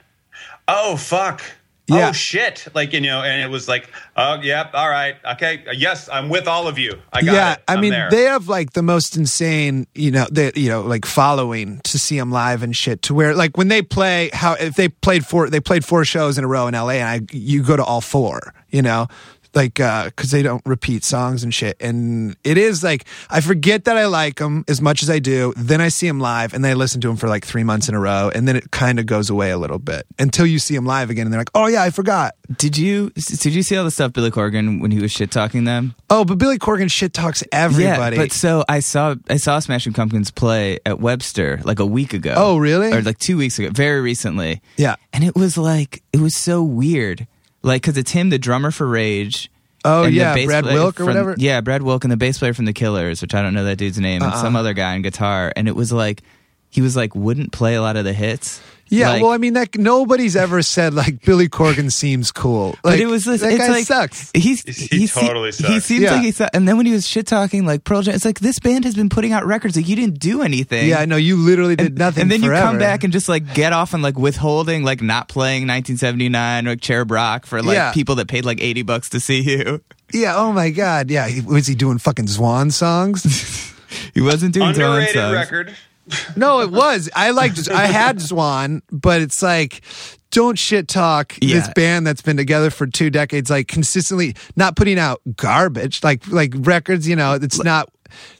Speaker 5: "Oh fuck."
Speaker 4: Yeah.
Speaker 5: Oh shit! Like you know, and it was like, oh yep, all right, okay, yes, I'm with all of you. I got
Speaker 4: yeah.
Speaker 5: it.
Speaker 4: I
Speaker 5: I'm
Speaker 4: mean,
Speaker 5: there.
Speaker 4: they have like the most insane. You know, that you know, like following to see them live and shit. To where like when they play, how if they played four, they played four shows in a row in L.A. and I, you go to all four. You know. Like, uh, cause they don't repeat songs and shit. And it is like, I forget that I like them as much as I do. Then I see them live, and then I listen to them for like three months in a row, and then it kind of goes away a little bit until you see them live again, and they're like, "Oh yeah, I forgot."
Speaker 1: did you s- did you see all the stuff Billy Corgan when he was shit talking them?
Speaker 4: Oh, but Billy Corgan shit talks everybody.
Speaker 1: Yeah, but so I saw I saw Smashing Pumpkins play at Webster like a week ago.
Speaker 4: Oh, really?
Speaker 1: Or like two weeks ago, very recently.
Speaker 4: Yeah.
Speaker 1: and it was like it was so weird, like because it's him, the drummer for Rage.
Speaker 4: Oh,
Speaker 1: and the
Speaker 4: yeah,
Speaker 1: bass
Speaker 4: Brad
Speaker 1: player
Speaker 4: Wilk or
Speaker 1: from-
Speaker 4: whatever?
Speaker 1: Yeah, Brad Wilk and the bass player from The Killers, which I don't know that dude's name, and
Speaker 4: Uh-uh.
Speaker 1: some other guy on guitar, and it was like he was like wouldn't play a lot of the hits.
Speaker 4: Yeah,
Speaker 1: Like,
Speaker 4: well, I mean, that nobody's ever said like Billy Corgan seems cool. Like,
Speaker 1: but it was this,
Speaker 4: that
Speaker 1: it's
Speaker 4: guy
Speaker 1: like,
Speaker 4: sucks.
Speaker 1: He's,
Speaker 5: He
Speaker 1: he se-
Speaker 5: totally
Speaker 1: He
Speaker 5: sucks.
Speaker 1: seems
Speaker 4: Yeah.
Speaker 1: like he sucks. And then when he was shit talking like Pearl Jam, it's like this band has been putting out records like you didn't do anything.
Speaker 4: Yeah, I know you literally did nothing.
Speaker 1: And then you come
Speaker 4: forever.
Speaker 1: back and just like get off on like withholding, like not playing 1979 or like Cherub Rock for like
Speaker 4: Yeah.
Speaker 1: people that paid like 80 bucks to see you.
Speaker 4: yeah, oh my god, yeah, he, was he doing fucking Swan songs?
Speaker 1: He wasn't doing throwing
Speaker 5: underrated
Speaker 1: subs.
Speaker 5: record.
Speaker 4: no, it was. I liked, I had Swan, but it's like. Don't shit talk
Speaker 1: Yeah.
Speaker 4: this band that's been together for two decades, like consistently not putting out garbage, like like records. You know, it's not.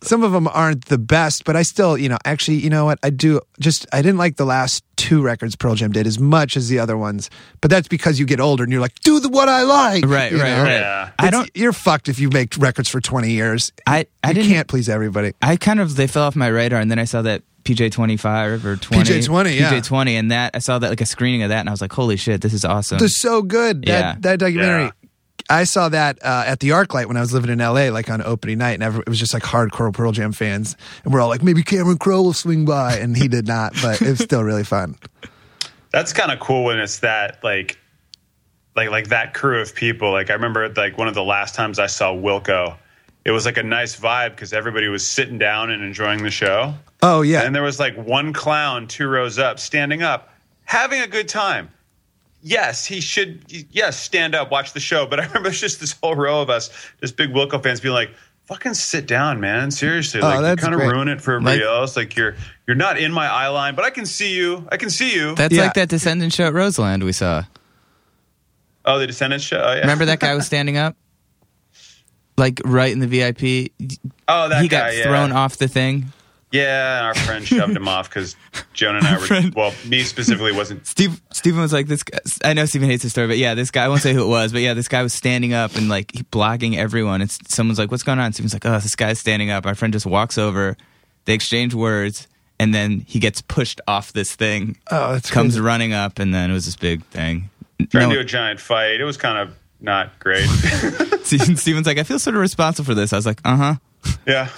Speaker 4: Some of them aren't the best, but I still, you know, actually, you know what? I do just I didn't like the last two records Pearl Jam did as much as the other ones, but that's because you get older and you're like, do the what I like,
Speaker 1: Right,
Speaker 4: you
Speaker 1: right,
Speaker 4: know?
Speaker 1: right.
Speaker 5: Yeah.
Speaker 1: I
Speaker 4: It's-
Speaker 1: don't.
Speaker 4: You're fucked if you make records for 20 years.
Speaker 1: I I
Speaker 4: you
Speaker 1: didn't.
Speaker 4: can't please everybody.
Speaker 1: I kind of they fell off my radar, and then I saw that PJ twenty five or twenty
Speaker 4: PJ20, yeah.
Speaker 1: PJ twenty, and that I saw that like a screening of that, and I was like, holy shit, this is awesome.
Speaker 4: They're so good. That,
Speaker 1: Yeah.
Speaker 4: that documentary.
Speaker 5: Yeah.
Speaker 4: I saw that uh, at the ArcLight when I was living in LA, like on opening night, and every, it was just like hardcore Pearl Jam fans, and we're all like, maybe Cameron Crowe will swing by, and he did not, but it was still really fun.
Speaker 5: That's kind of cool when it's that like like like that crew of people. Like I remember like one of the last times I saw Wilco, it was like a nice vibe because everybody was sitting down and enjoying the show.
Speaker 4: Oh yeah,
Speaker 5: And there was like one clown two rows up standing up, having a good time. Yes, he should yes, stand up, watch the show. But I remember it's just this whole row of us, just big Wilco fans being like Fucking sit down, man. Seriously, like you
Speaker 4: Oh, that's
Speaker 5: kind of
Speaker 4: great.
Speaker 5: ruin it for everybody
Speaker 1: Like-
Speaker 5: else. Like you're you're not in my eye line, but I can see you. I can see you.
Speaker 1: That's
Speaker 4: Yeah.
Speaker 1: like that Descendant show at Roseland we saw.
Speaker 5: Oh, the Descendants show. Oh, yeah.
Speaker 1: Remember that guy was standing up, like right in the VIP. He
Speaker 5: Oh, that guy,
Speaker 1: got
Speaker 5: yeah.
Speaker 1: thrown off the thing.
Speaker 5: Yeah, and our friend shoved him off because Joan and I were.
Speaker 1: friend-
Speaker 5: Well, me specifically wasn't.
Speaker 1: Steve Stephen was like this. Guy, I know Stephen hates the story, but yeah, this guy. I won't say who it was, but yeah, this guy was standing up and like he- blocking everyone. And s- someone's like, "What's going on?" Stephen's like, "Oh, this guy's standing up." Our friend just walks over. They exchange words, and then he gets pushed off this thing.
Speaker 4: Oh, that's
Speaker 1: comes
Speaker 4: crazy.
Speaker 1: running up, and then it was this big thing.
Speaker 5: Trying to
Speaker 1: No,
Speaker 5: do a giant fight. It was kind of not great.
Speaker 1: uh-huh. Stephen- Stephen's like, "I feel sort of responsible for this." I was like, "Uh huh."
Speaker 5: yeah.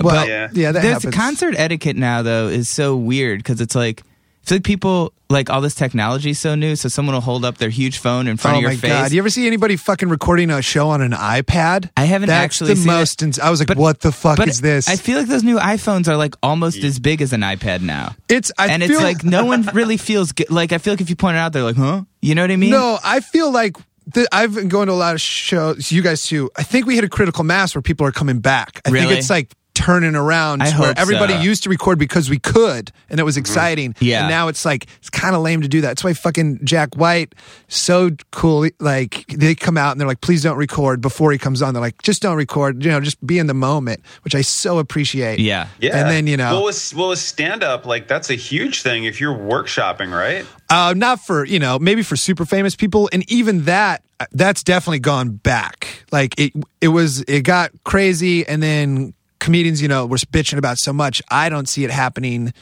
Speaker 4: Well,
Speaker 1: But-
Speaker 4: yeah,
Speaker 5: Yeah.
Speaker 4: that
Speaker 1: There's
Speaker 4: happens.
Speaker 1: concert etiquette now though is so weird because it's like it's like people like all this technology is so new, so someone will hold up their huge phone in front
Speaker 4: Oh
Speaker 1: of your
Speaker 4: my
Speaker 1: face.
Speaker 4: god! You ever see anybody fucking recording a show on an iPad?
Speaker 1: I haven't
Speaker 4: That's
Speaker 1: actually
Speaker 4: the
Speaker 1: seen
Speaker 4: most.
Speaker 1: it.
Speaker 4: ins- I was like,
Speaker 1: But-
Speaker 4: "What the fuck
Speaker 1: but
Speaker 4: is this?"
Speaker 1: I feel like those new iPhones are like almost as big as an iPad now.
Speaker 4: it's. I
Speaker 1: and
Speaker 4: feel,
Speaker 1: it's like no one really feels good. Like I feel like if you point it out, they're like, "Huh?" You know what I mean?
Speaker 4: No, I feel like th- I've been going to a lot of shows. You guys too. I think we hit a critical mass where people are coming back. I
Speaker 1: Really?
Speaker 4: think it's like turning around
Speaker 1: I
Speaker 4: to where
Speaker 1: hope
Speaker 4: everybody
Speaker 1: so. Mm-hmm.
Speaker 4: used to record because we could and it was exciting.
Speaker 1: Yeah.
Speaker 4: And now it's like it's kind of lame to do that. That's why fucking Jack White so cool. Like they come out and they're like, please don't record before he comes on. They're like, just don't record. You know, just be in the moment, which I so appreciate.
Speaker 1: Yeah.
Speaker 5: Yeah.
Speaker 4: And then you know,
Speaker 5: well, with, well, with stand up, like that's a huge thing if you're workshopping, right?
Speaker 4: Uh, not for you know, maybe for super famous people, and even that that's definitely gone back. Like it, it was it got crazy, and then comedians, you know, were bitching about so much. I don't see it happening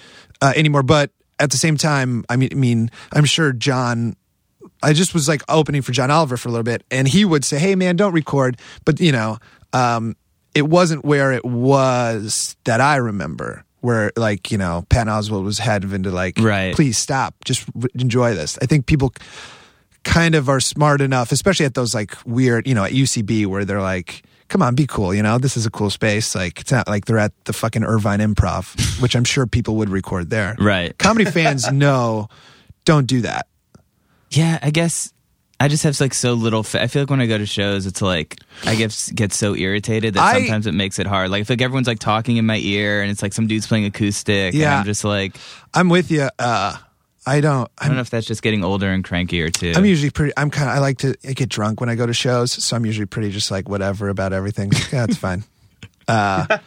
Speaker 4: uh, anymore. But at the same time, I mean, I mean, I'm sure John. I just was like opening for John Oliver for a little bit, and he would say, "Hey, man, don't record," but you know, um, it wasn't where it was that I remember. Where like you know, Pat Oswald was having to like,
Speaker 1: Right.
Speaker 4: please please stop just r- enjoy this i think people kind of are smart enough especially at those like weird you know at ucb where they're like come on be cool you know this is a cool space like it's not like they're at the fucking irvine improv which i'm sure people would record there
Speaker 1: Right.
Speaker 4: comedy fans know don't do that
Speaker 1: Yeah, I guess I just have like so little. Fa- I feel like when I go to shows, it's like I get get so irritated that
Speaker 4: I-
Speaker 1: sometimes it makes it hard. Like I feel like everyone's like talking in my ear, and it's like some dude's playing acoustic. and
Speaker 4: Yeah.
Speaker 1: I'm just like
Speaker 4: i'm with you uh i don't
Speaker 1: I
Speaker 4: i'm
Speaker 1: don't know if that's just getting older and crankier too.
Speaker 4: I'm usually pretty. I'm kind of. I like to I get drunk when I go to shows, so I'm usually pretty just like whatever about everything. Yeah, it's fine.
Speaker 1: See, I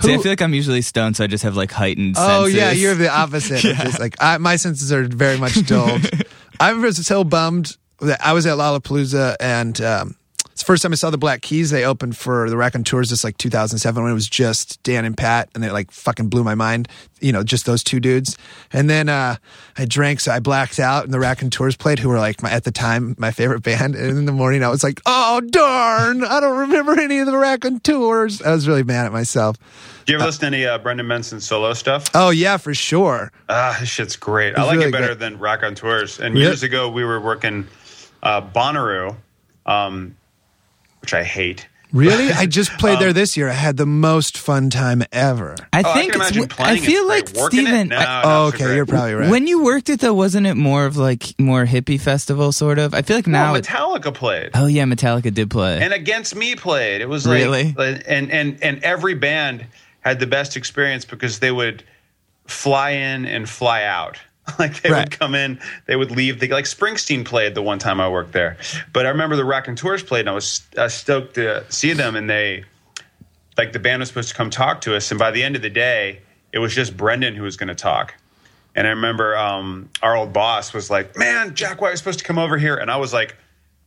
Speaker 1: feel like I'm usually stoned, so I just have like heightened.
Speaker 4: Oh yeah,
Speaker 1: senses.
Speaker 4: you're the opposite. It's Just like I, my senses are very much dulled. I was so bummed that I was at Lollapalooza and um, it's the first time I saw the Black Keys. They opened for the Raconteurs this like 2007 when it was just Dan and Pat, and it like fucking blew my mind. You know, just those two dudes. And then uh, I drank, so I blacked out, and the Raconteurs played, who were like my, at the time my favorite band. And in the morning, I was like, oh darn, I don't remember any of the Raconteurs. I was really mad at myself.
Speaker 5: Do you ever listen to any uh, Brendan Benson solo stuff?
Speaker 1: uh,
Speaker 4: Oh yeah, for sure.
Speaker 5: Ah, this shit's great. I like
Speaker 4: really
Speaker 5: it better
Speaker 4: good.
Speaker 5: than Rock on Tours. And
Speaker 4: Yeah.
Speaker 5: years ago, we were working uh, Bonnaroo, um, which I hate.
Speaker 4: Really? I just played there this year. I had the most fun time ever.
Speaker 1: I
Speaker 5: Oh, Um, I
Speaker 1: think
Speaker 5: can
Speaker 1: it's.
Speaker 5: imagine
Speaker 1: I
Speaker 5: playing it's
Speaker 1: feel
Speaker 5: great.
Speaker 1: like
Speaker 5: Working it?
Speaker 1: Steven,
Speaker 5: No,
Speaker 1: I-
Speaker 5: not
Speaker 4: oh,
Speaker 5: so
Speaker 4: okay,
Speaker 5: great.
Speaker 4: you're probably right.
Speaker 1: When you worked it though, wasn't it more of like more hippie festival sort of? I feel like now
Speaker 5: No,
Speaker 1: it,
Speaker 5: Metallica played.
Speaker 1: Oh yeah, Metallica did play.
Speaker 5: and against me played. It was like,
Speaker 1: Really?
Speaker 5: like- and and and every band had the best experience because they would fly in and fly out. Like they
Speaker 4: Right.
Speaker 5: would come in, they would leave. They, like Springsteen played the one time I worked there, but I remember the Rock and Tours played, and I was uh, stoked to see them. And they, like, the band was supposed to come talk to us, and by the end of the day, it was just Brendan who was going to talk. And I remember um, our old boss was like, "Man, Jack White was supposed to come over here," and I was like,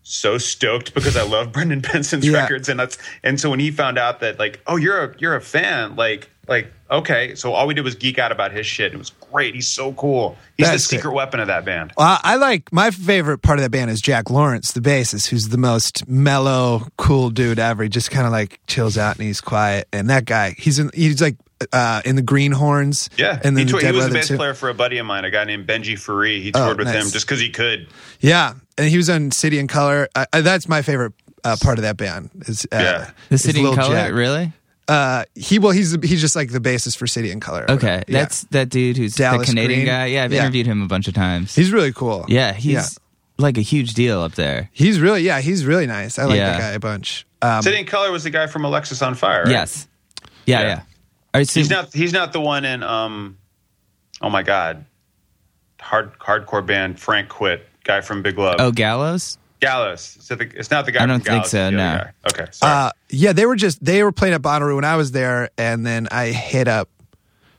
Speaker 5: so stoked because I love Brendan Benson's
Speaker 4: Yeah.
Speaker 5: records, and that's and so when he found out that like, oh, you're a you're a fan, like like okay, so all we did was geek out about his shit. It was great. He's so cool. He's
Speaker 4: That's Oh.
Speaker 5: the secret
Speaker 4: it.
Speaker 5: weapon of that band.
Speaker 4: Well, I like my favorite part of that band is Jack Lawrence, the bassist, who's the most mellow, cool dude ever. He just kind of like chills out and he's quiet. And that guy, he's in, he's like uh, in the Greenhorns.
Speaker 5: Yeah,
Speaker 4: and
Speaker 5: he,
Speaker 4: then
Speaker 5: toured-
Speaker 4: the
Speaker 5: he
Speaker 4: Dead
Speaker 5: was a
Speaker 4: Weather
Speaker 5: bass
Speaker 4: too. Oh,
Speaker 5: player for a buddy of mine, a guy named Benji Faree. He toured with him
Speaker 4: nice.
Speaker 5: just because he could.
Speaker 4: Yeah, and he was on City and Color. I, I, that's my favorite uh, part of that band. Is uh,
Speaker 5: Yeah.
Speaker 1: the
Speaker 4: is
Speaker 1: City in
Speaker 4: Lil
Speaker 1: Color,
Speaker 4: Jack.
Speaker 1: really?
Speaker 4: Uh, he well, he's he's just like the bassist for City and Color. or
Speaker 1: Okay,
Speaker 4: whatever. Yeah.
Speaker 1: that's that dude who's
Speaker 4: Dallas
Speaker 1: the Canadian
Speaker 4: Green.
Speaker 1: guy. Yeah, I've
Speaker 4: Yeah.
Speaker 1: interviewed him a bunch of times.
Speaker 4: he's really cool.
Speaker 1: yeah, he's like a huge deal up there.
Speaker 4: He's really, yeah, he's really nice. I like
Speaker 1: Yeah.
Speaker 4: that guy a bunch. Um,
Speaker 5: Sitting Color was the guy from Alexis on Fire. Right?
Speaker 1: Yes. Yeah, yeah.
Speaker 5: Yeah.
Speaker 1: All right, so
Speaker 5: he's not he's not the one in um, oh my god, hard hardcore band Frank Quit, guy from Big Love.
Speaker 1: oh Gallows.
Speaker 5: Gallus. Is it the, it's not the guy.
Speaker 1: I don't
Speaker 5: from
Speaker 1: think
Speaker 5: Gallus,
Speaker 1: so,
Speaker 5: it's the other
Speaker 1: no.
Speaker 5: guy. Okay. Sorry.
Speaker 4: uh, yeah, they were just they were playing at Bonnaroo when I was there, and then I hit up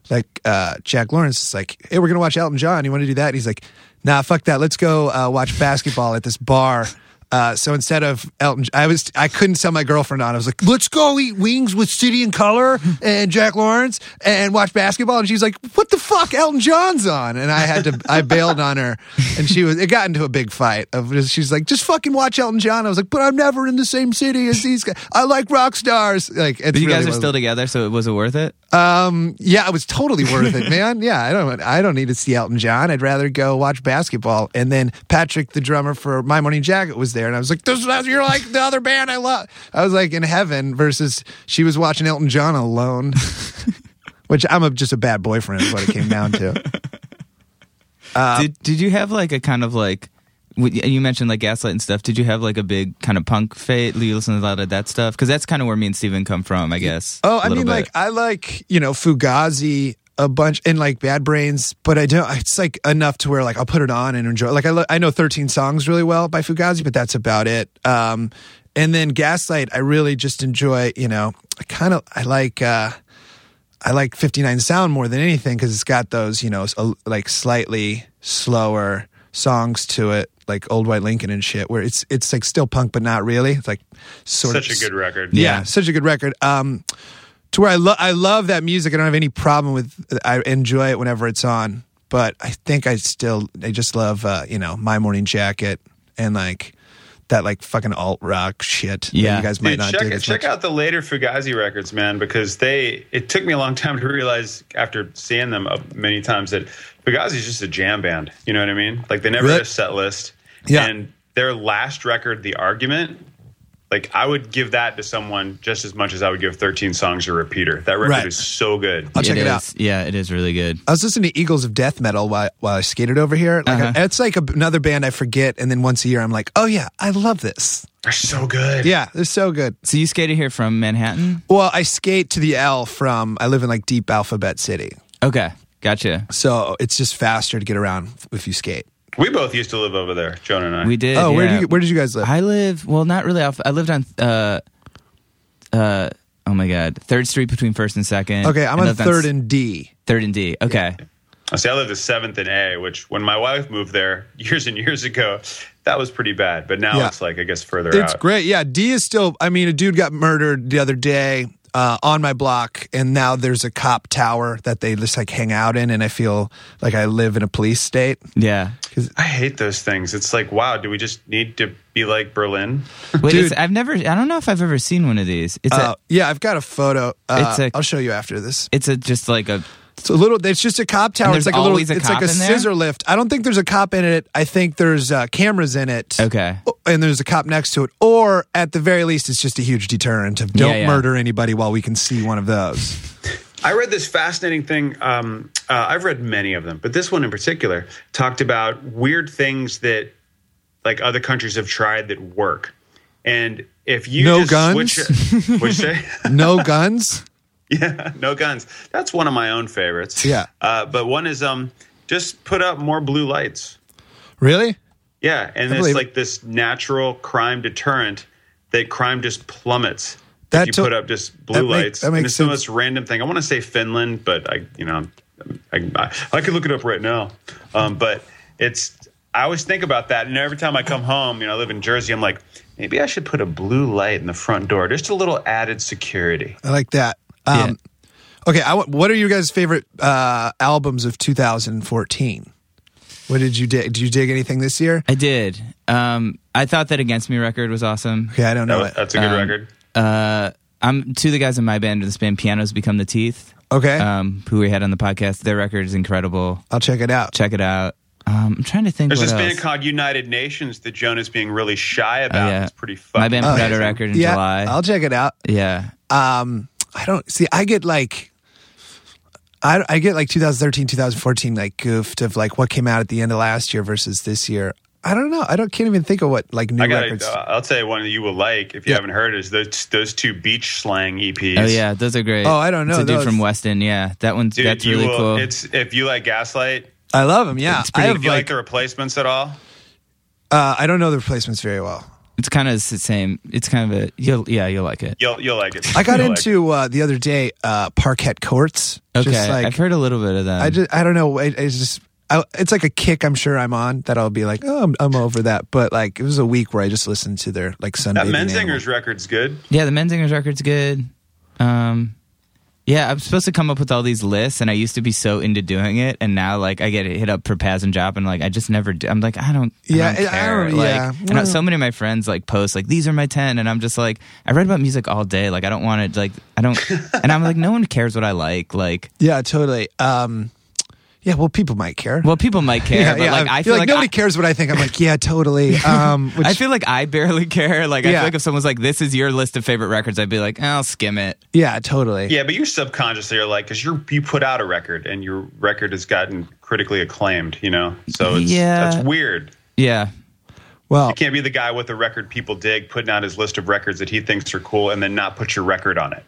Speaker 4: like uh, Jack Lawrence. is like, hey, we're gonna watch Elton John. You want to do that? And he's like, nah, fuck that. Let's go uh, watch basketball at this bar. Uh, so instead of Elton, I was I couldn't sell my girlfriend on. I was like, "Let's go eat wings with City and Color and Jack Lawrence and watch basketball." And she's like, "What the fuck, Elton John's on?" And I had to I bailed on her, and she was it got into a big fight. Of just- she's like, "Just fucking watch Elton John." I was like, "But I'm never in the same city as these guys. I like rock stars." Like, it's
Speaker 1: But you guys
Speaker 4: really
Speaker 1: are still together, so it was it worth it?
Speaker 4: um, yeah, it was totally worth it, man. Yeah, I don't, I don't need to see Elton John. I'd rather go watch basketball. And then Patrick, the drummer for My Morning Jacket, was there, and I was like, "This, is- you're like the other band I love." I was like in heaven versus she was watching Elton John alone, which I'm a, just a bad boyfriend is what it came down to. Uh,
Speaker 1: did Did you have like a kind of like w- you mentioned like gaslight and stuff? Did you have like a big kind of punk fate? Do you listen to a lot of that stuff? Because that's kind of where me and Steven come from, I guess.
Speaker 4: Oh,
Speaker 1: a
Speaker 4: I
Speaker 1: little
Speaker 4: mean,
Speaker 1: bit.
Speaker 4: like I like you know Fugazi a bunch and like Bad Brains, but I don't. It's like enough to where like I'll put it on and enjoy. Like I lo- I know thirteen songs really well by Fugazi, but that's about it. Um, and then Gaslight, I really just enjoy. You know, I kind of I like. uh I like 59 Sound more than anything because it's got those, you know, s- a- like slightly slower songs to it, like Old White Lincoln and shit, where it's it's like still punk but not really. It's like sort of
Speaker 5: Such a
Speaker 4: s-
Speaker 5: good record.
Speaker 4: yeah, such a good record. Um, to where I love, I love that music. I don't have any problem with. I enjoy it whenever it's on. But I think I still, I just love, uh, you know, my morning jacket and like that, like fucking alt rock shit. that
Speaker 1: Yeah.
Speaker 4: you guys might
Speaker 5: Dude,
Speaker 4: not
Speaker 5: check,
Speaker 4: dig as
Speaker 5: check
Speaker 4: much.
Speaker 5: out the later Fugazi records, man, because they it took me a long time to realize after seeing them uh, many times that Fugazi's just a jam band. You know what I mean? Like they never
Speaker 4: Really?
Speaker 5: had a set list.
Speaker 4: Yeah.
Speaker 5: And their last record, The Argument, like I would give that to someone just as much as I would give 13 Songs or Repeater. That record
Speaker 4: Right. Uh,
Speaker 5: is so good.
Speaker 4: I'll check it out.
Speaker 1: is- Yeah, it is really good.
Speaker 4: I was listening to Eagles of Death Metal while, while I skated over here. Like
Speaker 1: Uh-huh.
Speaker 4: it's like a, another band I forget, and then once a year I'm like, oh yeah, I love this.
Speaker 5: They're so good.
Speaker 4: Yeah, they're so good.
Speaker 1: So you skated here from Manhattan?
Speaker 4: Well, I skate to the L from. I live in like deep Alphabet City,
Speaker 1: Okay, gotcha.
Speaker 4: so it's just faster to get around if you skate.
Speaker 5: We both used to live over there, Jonah and I.
Speaker 1: We did.
Speaker 4: Oh, where
Speaker 1: yeah.
Speaker 4: do you, where did you guys live?
Speaker 1: I live well, not really off. I lived on uh, uh, oh my god, Third Street between First and Second.
Speaker 4: Okay, I'm
Speaker 1: I
Speaker 4: on
Speaker 1: lived
Speaker 4: third
Speaker 1: S-
Speaker 4: and D.
Speaker 1: Third and D. Okay,
Speaker 5: I See, I lived at Seventh and A, which when my wife moved there years and years ago, that was pretty bad. But now
Speaker 4: Yeah.
Speaker 5: it's like I guess further
Speaker 4: It's
Speaker 5: out.
Speaker 4: great. Yeah, D is still. I mean, a dude got murdered the other day uh, on my block, and now there's a cop tower that they just like hang out in, and I feel like I live in a police state.
Speaker 1: yeah.
Speaker 5: I hate those things. It's like, wow, do we just need to be like Berlin?
Speaker 1: Wait,
Speaker 4: Dude.
Speaker 1: it's, I've never. I don't know if I've ever seen one of these. It's
Speaker 4: Uh,
Speaker 1: a.
Speaker 4: yeah, I've got a photo. Uh,
Speaker 1: It's a-
Speaker 4: I'll show you after this.
Speaker 1: It's a just like a.
Speaker 4: It's a little. It's just a cop tower.
Speaker 1: And
Speaker 4: It's
Speaker 1: there's
Speaker 4: like a little.
Speaker 1: always a
Speaker 4: it's like
Speaker 1: cop
Speaker 4: a
Speaker 1: in there?
Speaker 4: scissor lift. I don't think there's a cop in it. I think there's uh, cameras in it.
Speaker 1: Okay.
Speaker 4: Oh, And there's a cop next to it, or at the very least, it's just a huge deterrent of don't
Speaker 1: Yeah, yeah.
Speaker 4: murder anybody while we can see one of those.
Speaker 5: I read this fascinating thing. Um, uh, I've read many of them, but this one in particular talked about weird things that like other countries have tried that work. And if you
Speaker 4: No
Speaker 5: just
Speaker 4: guns?
Speaker 5: switch, which say,
Speaker 4: No guns.
Speaker 5: yeah, no guns. That's one of my own favorites.
Speaker 4: Yeah.
Speaker 5: Uh, but one is um, just put up more blue lights.
Speaker 4: Really?
Speaker 5: Yeah, and
Speaker 4: believe
Speaker 5: it's
Speaker 4: it.
Speaker 5: like this natural crime deterrent that crime just plummets.
Speaker 4: That
Speaker 5: if you
Speaker 4: to-
Speaker 5: put up just
Speaker 4: that
Speaker 5: blue
Speaker 4: make-
Speaker 5: lights.
Speaker 4: that
Speaker 5: and
Speaker 4: makes
Speaker 5: it's the
Speaker 4: sense.
Speaker 5: most random thing. I want to say Finland, but I, you know, I, I, I could look it up right now. Um, but it's, I always think about that. And every time I come home, you know, I live in Jersey, I'm like, maybe I should put a blue light in the front door, just a little added security.
Speaker 4: I like that. Um, Okay, I, want- what are your guys' favorite uh, albums of 2014? What did you dig? Did you dig anything this year?
Speaker 1: I did. Um, I thought that Against Me record was awesome.
Speaker 4: Okay, I don't
Speaker 5: That
Speaker 4: know Um,
Speaker 5: was-
Speaker 4: it.
Speaker 5: that's a good record.
Speaker 1: Uh, I'm two of the guys in my band. This band, Pianos Become the Teeth.
Speaker 4: Okay,
Speaker 1: Um, who we had on the podcast. Their record is incredible.
Speaker 4: I'll check it out.
Speaker 1: Check it out. Um, I'm trying to think.
Speaker 5: There's
Speaker 1: what
Speaker 5: this
Speaker 1: else.
Speaker 5: band called United Nations that Jonah's being really shy
Speaker 1: Oh,
Speaker 5: about.
Speaker 1: yeah.
Speaker 5: It's pretty fucking
Speaker 1: My band put out a
Speaker 5: amazing.
Speaker 1: record in
Speaker 4: Oh, yeah,
Speaker 1: July.
Speaker 4: I'll check it out.
Speaker 1: yeah.
Speaker 4: Um, I don't see. I get like, I, I get like 2013, 2014, like goofed of like what came out at the end of last year versus this year. I don't know. I don't can't even think of what like new
Speaker 5: I got.
Speaker 4: records.
Speaker 5: I'll tell you one that you will like if you
Speaker 4: Yeah.
Speaker 5: haven't heard is those those two beach slang E EPs.
Speaker 1: Oh yeah, those are great.
Speaker 4: Oh, I don't
Speaker 1: It's
Speaker 4: know
Speaker 1: a dude
Speaker 4: those.
Speaker 1: from Weston. Yeah, that one's
Speaker 5: dude,
Speaker 1: that's
Speaker 5: you
Speaker 1: really
Speaker 5: will,
Speaker 1: cool.
Speaker 5: It's if you like Gaslight,
Speaker 4: I love them. Yeah,
Speaker 1: It's pretty-
Speaker 4: I
Speaker 5: if
Speaker 4: have
Speaker 5: you like,
Speaker 4: like,
Speaker 5: the replacements at all.
Speaker 4: uh, I don't know the replacements very well.
Speaker 1: It's kind of the same. It's kind of a you'll, yeah, you'll like it.
Speaker 5: You'll you'll like it.
Speaker 4: I got
Speaker 5: You'll like it.
Speaker 4: into uh, the other day uh, parquet courts.
Speaker 1: Okay,
Speaker 4: just like,
Speaker 1: I've heard a little bit of that.
Speaker 4: I just I don't know. It, it's just I, it's like a kick I'm sure I'm on that I'll be like, oh, I'm, I'm over that. But like, it was a week where I just listened to their like Sunday.
Speaker 5: That Menzinger's record's good.
Speaker 1: Yeah, the Menzinger's record's good. Um, yeah, I'm supposed to come up with all these lists, and I used to be so into doing it, and now like I get hit up for Paz and Job, and like I just never. Do, I'm like I don't.
Speaker 4: Yeah,
Speaker 1: I don't
Speaker 4: I- I
Speaker 1: care.
Speaker 4: don't-
Speaker 1: like,
Speaker 4: yeah.
Speaker 1: and I- so many of my friends like post like these are my ten, and I'm just like I read about music all day. Like I don't want to like I don't, and I'm like no one cares what I like. Like
Speaker 4: Yeah, totally. Um, yeah, well, people might care.
Speaker 1: well, people might care,
Speaker 4: yeah,
Speaker 1: but
Speaker 4: yeah,
Speaker 1: like I feel like,
Speaker 4: nobody
Speaker 1: I,
Speaker 4: cares what I think. I'm like, yeah, totally. Um, which,
Speaker 1: I feel like I barely care. Like I
Speaker 4: Yeah.
Speaker 1: feel like if someone's like this is your list of favorite records, I'd be like I'll skim it.
Speaker 4: yeah, totally.
Speaker 5: Yeah, but you're subconsciously are like because you you put out a record and your record has gotten critically acclaimed, you know. So it's,
Speaker 1: Yeah.
Speaker 5: that's weird.
Speaker 1: Yeah,
Speaker 4: Well,
Speaker 5: You can't be the guy with the record people dig putting out his list of records that he thinks are cool and then not put your record on it.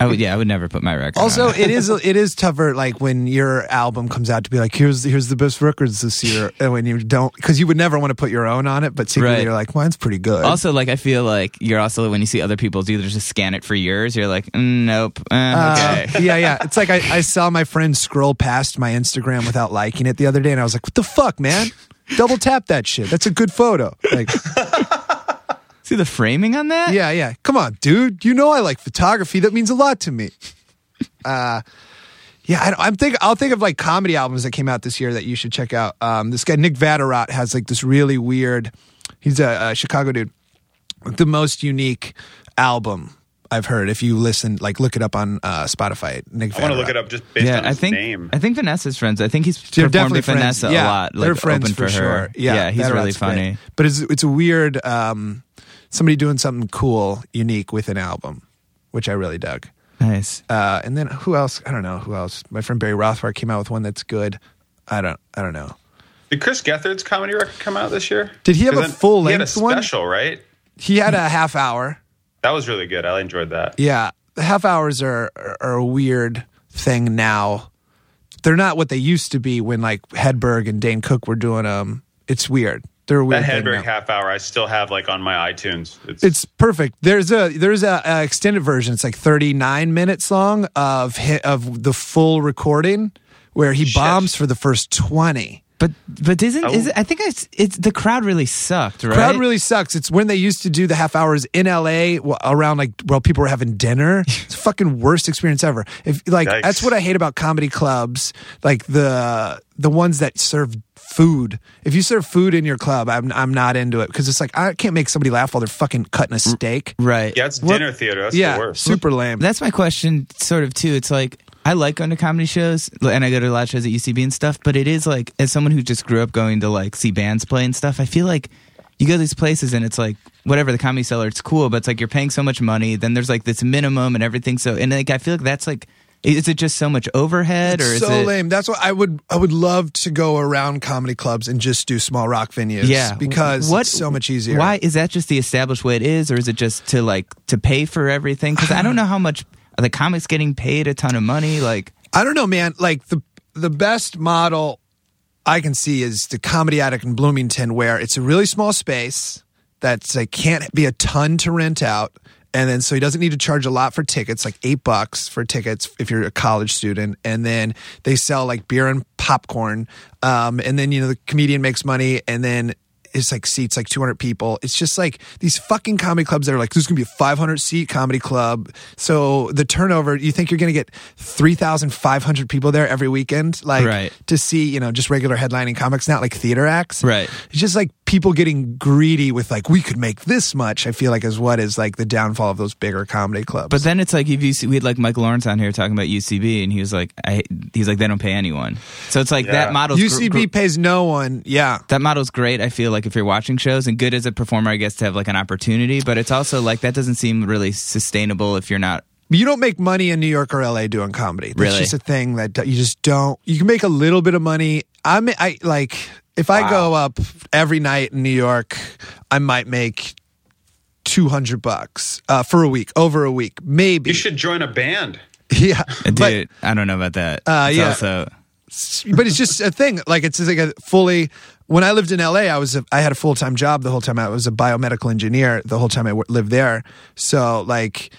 Speaker 1: I would. Yeah, I would never put my record. on
Speaker 4: also,
Speaker 1: it.
Speaker 4: it is it is tougher. Like when your album comes out to be like, here's here's the best records this year, and when you don't, because you would never want to put your own on it, but secretly
Speaker 1: Right.
Speaker 4: you're like, mine's pretty good.
Speaker 1: Also, like I feel like you're also when you see other people's, you either just scan it for yours. You're like, mm, nope, eh, okay.
Speaker 4: Uh, yeah, yeah. It's like I, I saw my friend scroll past my Instagram without liking it the other day, and I was like, "What the fuck, man? Double tap that shit. That's a good photo." Like,
Speaker 1: see the framing on that?
Speaker 4: yeah, yeah. Come on, dude. You know I like photography. That means a lot to me. Uh, yeah. I, don't- I'm think I'll think of like comedy albums that came out this year that you should check out. Um, this guy Nick Vatterott has like this really weird. He's a, a Chicago dude. The most unique album. I've heard if you listen, like look it up on uh, Spotify. Nick
Speaker 5: I want to
Speaker 4: Vatterott.
Speaker 5: look it up just based
Speaker 1: yeah.
Speaker 5: on
Speaker 1: I
Speaker 5: his
Speaker 1: think
Speaker 5: name.
Speaker 1: I think Vanessa's friends. I think he's
Speaker 4: They're
Speaker 1: performed
Speaker 4: definitely
Speaker 1: with
Speaker 4: friends.
Speaker 1: Vanessa
Speaker 4: yeah,
Speaker 1: a lot. Like
Speaker 4: they're friends
Speaker 1: open
Speaker 4: for,
Speaker 1: her.
Speaker 4: sure. Yeah,
Speaker 1: he's
Speaker 4: that
Speaker 1: really
Speaker 4: rock's great.
Speaker 1: funny.
Speaker 4: But it's it's a weird um, somebody doing something cool, unique with an album, which I really dug.
Speaker 1: Nice.
Speaker 4: Uh, and then who else? I don't know who else. My friend Barry Rothbard came out with one that's good. I don't I don't know.
Speaker 5: Did Chris Gethard's comedy record come out this year?
Speaker 4: Did he have
Speaker 5: 'Cause
Speaker 4: a
Speaker 5: then-
Speaker 4: full-length
Speaker 5: He had
Speaker 4: one?
Speaker 5: a special, right?
Speaker 4: He had a half hour.
Speaker 5: That was really good. I enjoyed that.
Speaker 4: Yeah, the half hours are are- are a weird thing now. They're not what they used to be when like Hedberg and Dane Cook were doing them. It's weird. They're a weird.
Speaker 5: That
Speaker 4: thing
Speaker 5: Hedberg
Speaker 4: now.
Speaker 5: half hour I still have like on my iTunes. It's,
Speaker 4: It's perfect. There's a there's a, a extended version. It's like 39 minutes long of hi of the full recording where he bombs for the first 20.
Speaker 1: But but isn't
Speaker 5: Oh.
Speaker 1: is it, I think it's, it's the crowd really sucked, right?
Speaker 4: Crowd really sucks. It's when they used to do the half hours in LA wh- around like while people were having dinner. It's the fucking worst experience ever. If like
Speaker 5: Yikes.
Speaker 4: that's what I hate about comedy clubs, like the the ones that serve food. If you serve food in your club, I'm I'm not into it because it's like I can't make somebody laugh while they're fucking cutting a steak.
Speaker 1: right.
Speaker 5: yeah, it's dinner theater. That's the
Speaker 4: Yeah,
Speaker 5: worst.
Speaker 4: super lame.
Speaker 1: That's my question, sort of too. It's like I like going to comedy shows, and I go to a lot of shows at UCB and stuff. But it is like, as someone who just grew up going to like see bands play and stuff, I feel like you go to these places and it's like whatever the comedy cellar, it's cool, but it's like you're paying so much money. Then there's like this minimum and everything. So and like I feel like that's like, is it just so much overhead or is
Speaker 4: so
Speaker 1: it?
Speaker 4: lame. That's why I would I would love to go around comedy clubs and just do small rock venues.
Speaker 1: Yeah,
Speaker 4: because
Speaker 1: what-
Speaker 4: it's so much easier.
Speaker 1: Why is that just the established way it is, or is it just to like to pay for everything? Because I don't know how much are the comics getting paid a ton of money. Like
Speaker 4: I don't know, man. Like the the best model I can see is the Comedy Attic in Bloomington, where it's a really small space that's like can't be a ton to rent out, and then so he doesn't need to charge a lot for tickets, like eight bucks for tickets if you're a college student, and then they sell like beer and popcorn, um, and then you know the comedian makes money, and then. It's like seats like 200 people. It's just like these fucking comedy clubs that are like, this is going to be a 500 seat comedy club. So the turnover, you think you're going to get 3,500 people there every weekend? Like,
Speaker 1: Right.
Speaker 4: to see, you know, just regular headlining comics, not like theater acts.
Speaker 1: Right.
Speaker 4: It's just like people getting greedy with like, we could make this much, I feel like is what is like the downfall of those bigger comedy clubs.
Speaker 1: But then it's like if you see, we had like Mike Lawrence on here talking about UCB, and he was like, I, he's like they don't pay anyone. So it's like
Speaker 5: Yeah.
Speaker 1: that model's gr-
Speaker 4: UCB
Speaker 1: gr-
Speaker 4: pays no one. Yeah.
Speaker 1: that model's great. I feel like if you're watching shows and good as a performer, I guess to have like an opportunity. But it's also like that doesn't seem really sustainable if you're not.
Speaker 4: You don't make money in New York or LA doing comedy. That's
Speaker 1: Really?
Speaker 4: just a thing that you just don't. You can make a little bit of money. I'm I like if I go up every night in New York, I might make 200 bucks uh, for a week, over a week, maybe.
Speaker 5: You should join a band.
Speaker 4: yeah.
Speaker 1: Dude,
Speaker 4: But-
Speaker 1: I don't know about that.
Speaker 4: Uh,
Speaker 1: It's
Speaker 4: yeah.
Speaker 1: Also,
Speaker 4: but it's just a thing. Like it's just like a fully. When I lived in LA, I was a, I had a full time job the whole time. I was a biomedical engineer the whole time I w- lived there. So like.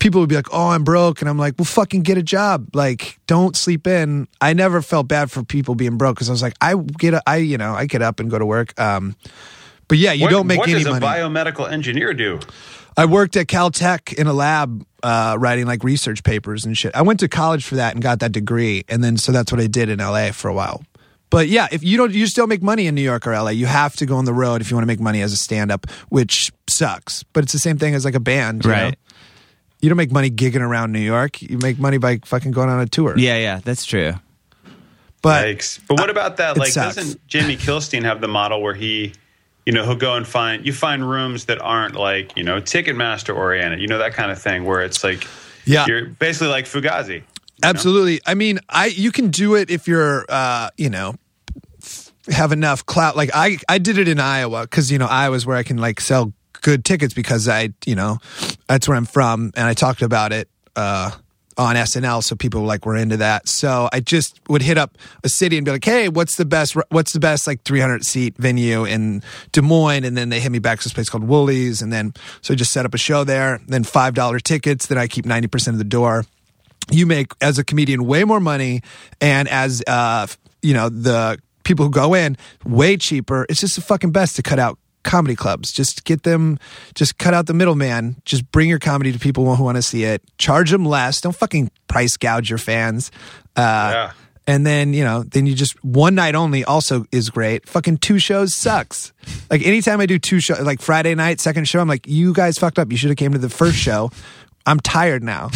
Speaker 4: people would be like, "Oh, I'm broke," and I'm like, "Well, fucking get a job. Like, don't sleep in." I never felt bad for people being broke because I was like, I get, a, I you know, I get up and go to work. Um, but yeah, you
Speaker 5: what,
Speaker 4: don't make
Speaker 5: what
Speaker 4: any
Speaker 5: does
Speaker 4: money.
Speaker 5: a biomedical engineer do?
Speaker 4: I worked at Caltech in a lab uh, writing like research papers and shit. I went to college for that and got that degree, and then so that's what I did in LA for a while. But yeah, if you don't, you still make money in New York or LA. You have to go on the road if you want to make money as a stand-up, which sucks. But it's the same thing as like a band, you know?
Speaker 1: Right.
Speaker 4: You don't make money gigging around New York. You make money by fucking going on a tour.
Speaker 1: Yeah, yeah, that's true.
Speaker 4: But
Speaker 5: Yikes. But what about that?
Speaker 4: it
Speaker 5: Like,
Speaker 4: sucks.
Speaker 5: doesn't Jamie Kilstein have the model where he, you know, he'll go and find you find rooms that aren't like you know Ticketmaster oriented, you know that kind of thing, where it's like,
Speaker 4: Yeah.
Speaker 5: you're basically like Fugazi.
Speaker 4: Absolutely. I mean, I you can do it if you're, uh, you know, have enough clout. Like I, I did it in Iowa because you know Iowa's where I can like sell good tickets because I, you know, that's where I'm from, and I talked about it uh, on SNL, so people like were into that. So I just would hit up a city and be like, hey, what's the best? What's the best like 300 seat venue in Des Moines? And then they hit me back to this place called Woolies, and then so I just set up a show there. Then five dollar tickets. Then I keep 90 percent of the door you make as a comedian way more money and as uh you know the people who go in way cheaper it's just the fucking best to cut out comedy clubs just get them just cut out the middleman just bring your comedy to people who want to see it charge them less don't fucking price gouge your fans uh
Speaker 5: Yeah.
Speaker 4: and then you know then you just one night only also is great fucking two shows sucks like anytime i do two shows like friday night second show i'm like you guys fucked up you should have came to the first show i'm tired now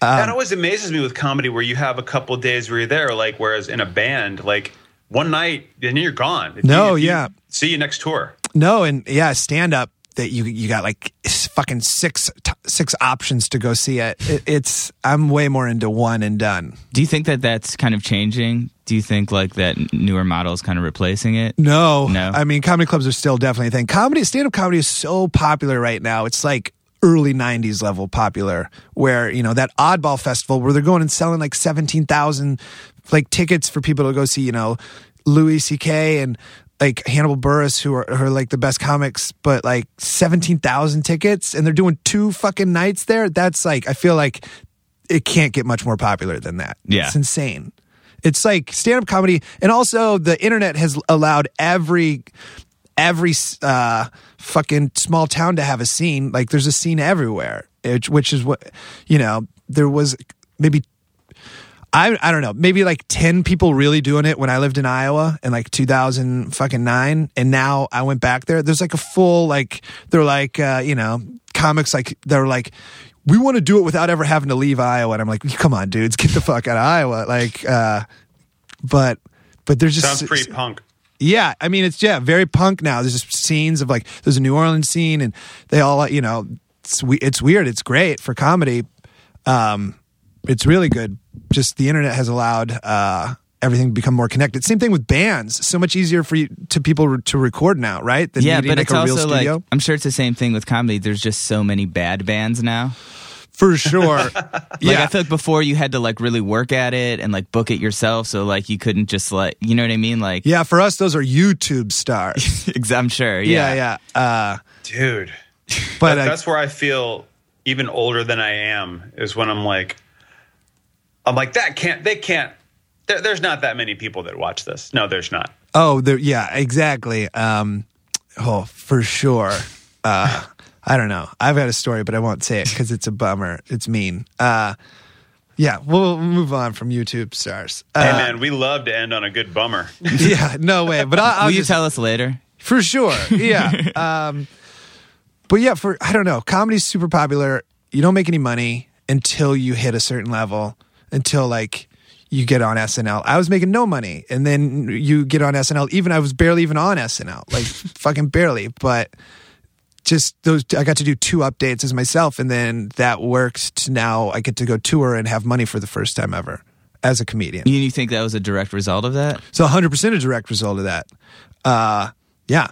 Speaker 4: Um,
Speaker 5: that always amazes me with comedy, where you have a couple days where you're there, like whereas in a band, like one night and you're gone. If you-
Speaker 4: No,
Speaker 5: if you-
Speaker 4: yeah.
Speaker 5: see you next tour.
Speaker 4: No, and yeah, stand up that you you got like s- fucking six t- six options to go see it. it. It's I'm way more into one and done.
Speaker 1: Do you think that that's kind of changing? Do you think like that newer model is kind of replacing it?
Speaker 4: No,
Speaker 1: No.
Speaker 4: I mean, comedy clubs are still definitely a thing. Comedy, stand up comedy is so popular right now. It's like early 90s level popular, where, you know, that oddball festival where they're going and selling like 17,000 like tickets for people to go see, you know, Louis C.K. and like Hannibal Burris, who are, who are like the best comics, but like 17,000 tickets and they're doing two fucking nights there. That's like, I feel like it can't get much more popular than that.
Speaker 1: Yeah.
Speaker 4: It's insane. It's like stand up comedy, and also the internet has allowed every every uh, fucking small town to have a scene. Like there's a scene everywhere, which, which is what you know. There was maybe I I don't know, maybe like 10 people really doing it when I lived in Iowa in like 2000 fucking 9 and now I went back there. There's like a full like they're like uh, you know, comics like they're like we want to do it without ever having to leave Iowa and I'm like, "Come on, dudes, get the fuck out of Iowa." Like uh but but there's just
Speaker 5: Sounds pretty punk.
Speaker 4: yeah, I mean it's yeah very punk now. There's just scenes of like there's a New Orleans scene, and they all you know it's we- it's weird. It's great for comedy. Um, it's really good. Just the internet has allowed uh, everything to become more connected. Same thing with bands. So much easier for you to people to record now, right? Than
Speaker 1: yeah,
Speaker 4: needing,
Speaker 1: but
Speaker 4: like
Speaker 1: it's
Speaker 4: a
Speaker 1: also
Speaker 4: real studio.
Speaker 1: like I'm sure it's the same thing with comedy. There's just so many bad bands now.
Speaker 4: for sure.
Speaker 1: Like
Speaker 4: yeah,
Speaker 1: I feel like before you had to like really work at it and like book it yourself, so like you couldn't just like you know what I mean? Like
Speaker 4: yeah. For us, those are YouTube stars.
Speaker 1: ex- I'm sure. Yeah.
Speaker 4: yeah, yeah. Uh,
Speaker 5: Dude,
Speaker 4: but
Speaker 5: That-
Speaker 4: uh,
Speaker 5: that's where I feel even older than I am is when I'm like, I'm like that can't they can't. There, there's not that many people that watch this. No, there's not.
Speaker 4: Oh, there, yeah, exactly. Um, oh, for sure. Uh, I don't know. I've got a story, but I won't say it because it's a bummer. It's mean. Uh, yeah, we'll move on from YouTube stars.
Speaker 5: Hey
Speaker 4: Uh,
Speaker 5: man, we love to end on a good bummer.
Speaker 4: yeah, no way. But I'll, I'll
Speaker 1: Will you
Speaker 4: just,
Speaker 1: tell us later?
Speaker 4: for sure. Yeah. um, but yeah, for I don't know, comedy's super popular. You don't make any money until you hit a certain level, until like you get on SNL. I was making no money, and then you get on SNL. Even I was barely even on SNL, like fucking barely. But just those, I got to do two updates as myself, and then that worked. To now I get to go tour and have money for the first time ever as a comedian.
Speaker 1: You, you think that was a direct result of that?
Speaker 4: So 100% a direct result of that. Uh, yeah.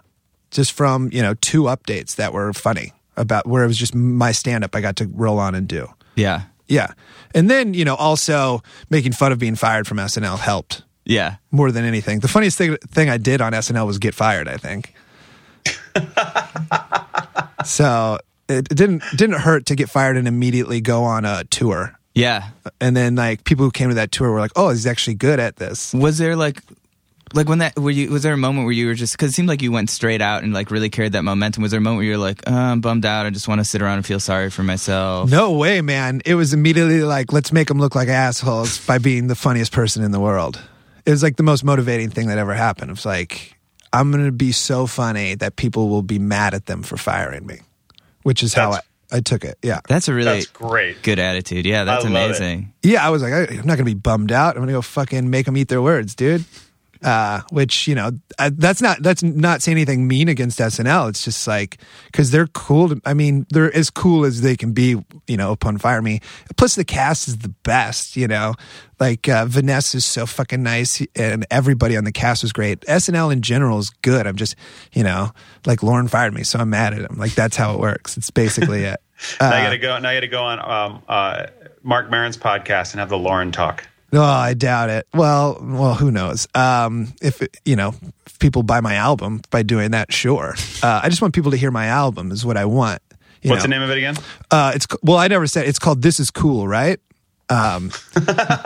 Speaker 4: Just from, you know, two updates that were funny about where it was just my stand up I got to roll on and do.
Speaker 1: Yeah.
Speaker 4: Yeah. And then, you know, also making fun of being fired from SNL helped
Speaker 1: Yeah.
Speaker 4: more than anything. The funniest thing, thing I did on SNL was get fired, I think. so it didn't didn't hurt to get fired and immediately go on a tour.
Speaker 1: Yeah.
Speaker 4: And then like people who came to that tour were like, "Oh, he's actually good at this."
Speaker 1: Was there like, like when that were you? Was there a moment where you were just because it seemed like you went straight out and like really carried that momentum? Was there a moment where you're like, oh, I'm bummed out. I just want to sit around and feel sorry for myself.
Speaker 4: No way, man. It was immediately like, let's make them look like assholes by being the funniest person in the world. It was like the most motivating thing that ever happened. It was like, I'm going to be so funny that people will be mad at them for firing me, which is how I,
Speaker 5: That's-
Speaker 4: I took it. Yeah.
Speaker 1: That's a really
Speaker 5: That's great.
Speaker 1: good attitude. Yeah, that's
Speaker 5: I love it.
Speaker 1: amazing.
Speaker 4: Yeah. I was like, I, I'm not going to be bummed out. I'm going to go fucking make them eat their words, dude. Uh, which, you know, I, that's not, that's not saying anything mean against SNL. It's just like, cause they're cool. To, I mean, they're as cool as they can be, you know, upon Fire Me. Plus the cast is the best, you know, like, uh, Vanessa's so fucking nice and everybody on the cast was great. SNL in general is good. I'm just, you know, like Lauren fired me. So I'm mad at him. Like that's how it works. It's basically it.
Speaker 5: Now
Speaker 4: uh,
Speaker 5: I gotta go. Now I gotta go on um, uh, Mark Maron's podcast and have the Lauren talk.
Speaker 4: No, Oh, I doubt it. Well, well, who knows? Um, if you know, if people buy my album by doing that, sure. Uh, I just want people to hear my album is what I want. you
Speaker 5: What's
Speaker 4: know.
Speaker 5: the name of it again?
Speaker 4: Uh, it's c- well, I never said it's called "This Is Cool," right? Um,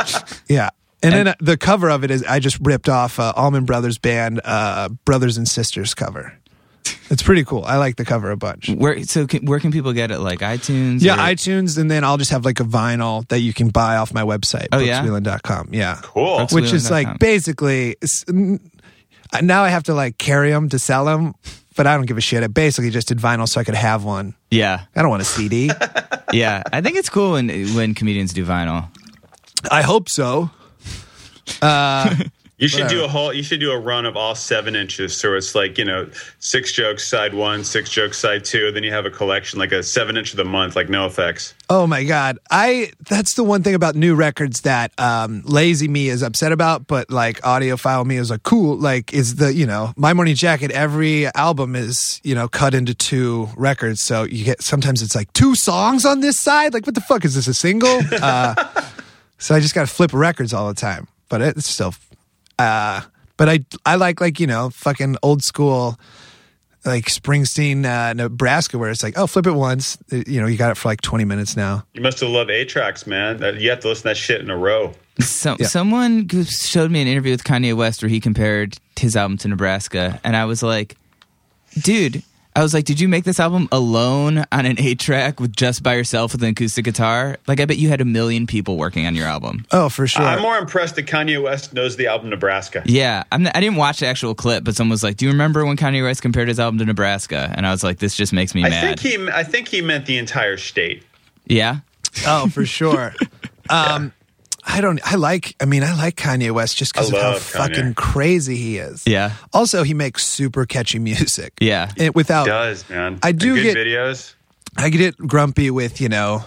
Speaker 4: yeah. And, then uh, the cover of it is I just ripped off uh, Allman Brothers Band uh, "Brothers and Sisters" cover. It's pretty cool. I like the cover a bunch.
Speaker 1: Where so can, where can people get it? Like iTunes?
Speaker 4: Yeah,
Speaker 1: or-
Speaker 4: iTunes, and then I'll just have like a vinyl that you can buy off my website,
Speaker 1: Oh, yeah?
Speaker 4: brookswheeland.com. Yeah
Speaker 5: Cool.
Speaker 1: That's-
Speaker 4: which is like
Speaker 1: Wheeling.com.
Speaker 4: basically s- n- I- now I have to like carry them to sell them, but I don't give a shit. I basically just did vinyl so I could have one.
Speaker 1: yeah,
Speaker 4: I don't want a CD.
Speaker 1: yeah. I think it's cool when when comedians do vinyl.
Speaker 4: I hope so.
Speaker 5: you should do a whole. You should do a run of all seven inches. So it's like you know, six jokes side one, six jokes side two. Then you have a collection like a seven inch of the month, like no effects.
Speaker 4: Oh my god, I that's the one thing about new records that um, lazy me is upset about, but like audiophile me is like cool. Like is the you know my morning jacket. Every album is you know cut into two records, so you get sometimes it's like two songs on this side. Like what the fuck is this a single? Uh, so I just got to flip records all the time, but it's still. Uh, but I I like like you know fucking old school like Springsteen, uh, Nebraska, where it's like, oh, flip it once. You know, you got it for like 20 minutes now.
Speaker 5: You must have loved A tracks, man. That- You have to listen to that shit in a row.
Speaker 1: So, Someone g- showed me an interview with Kanye West where he compared his album to Nebraska, and I was like, dude. I was like, did you make this album alone on an eight track with just by yourself with an acoustic guitar? Like, I bet you had a million people working on your album.
Speaker 4: Oh, for sure.
Speaker 5: I'm more impressed that Kanye West knows the album Nebraska.
Speaker 1: Yeah, I'm not, I didn't watch the actual clip, but someone was like, "Do you remember when Kanye West compared his album to Nebraska?" And I was like, "This just makes me
Speaker 5: I
Speaker 1: mad."
Speaker 5: think he. I think he meant the entire state.
Speaker 1: yeah,
Speaker 4: oh, for sure. Um, I don't, I like, I mean, I like Kanye West just because
Speaker 5: I
Speaker 4: of how
Speaker 5: love Kanye.
Speaker 4: fucking crazy he is.
Speaker 1: yeah,
Speaker 4: Also, he makes super catchy music.
Speaker 1: yeah.
Speaker 4: And without,
Speaker 5: Does man?
Speaker 4: Oh. I
Speaker 5: And
Speaker 4: do
Speaker 5: good
Speaker 4: get-
Speaker 5: videos.
Speaker 4: I get grumpy with, you know,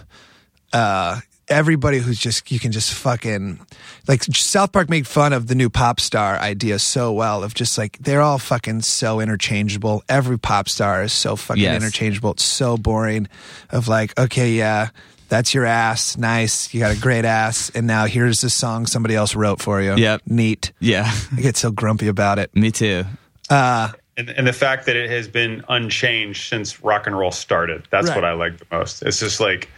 Speaker 4: uh, everybody who's just, you can just fucking, like, South Park made fun of the new pop star idea so well of just like, they're all fucking so interchangeable. Every pop star is so fucking
Speaker 1: Yes.
Speaker 4: interchangeable. It's so boring of like, okay, yeah, that's your ass. Nice. You got a great ass. And now here's the song somebody else wrote for you.
Speaker 1: Yep.
Speaker 4: Neat.
Speaker 1: Yeah,
Speaker 4: I get so grumpy about it.
Speaker 1: me too.
Speaker 5: and, and the fact that it has been unchanged since rock and roll started that's
Speaker 4: Right.
Speaker 5: what i like the most it's just like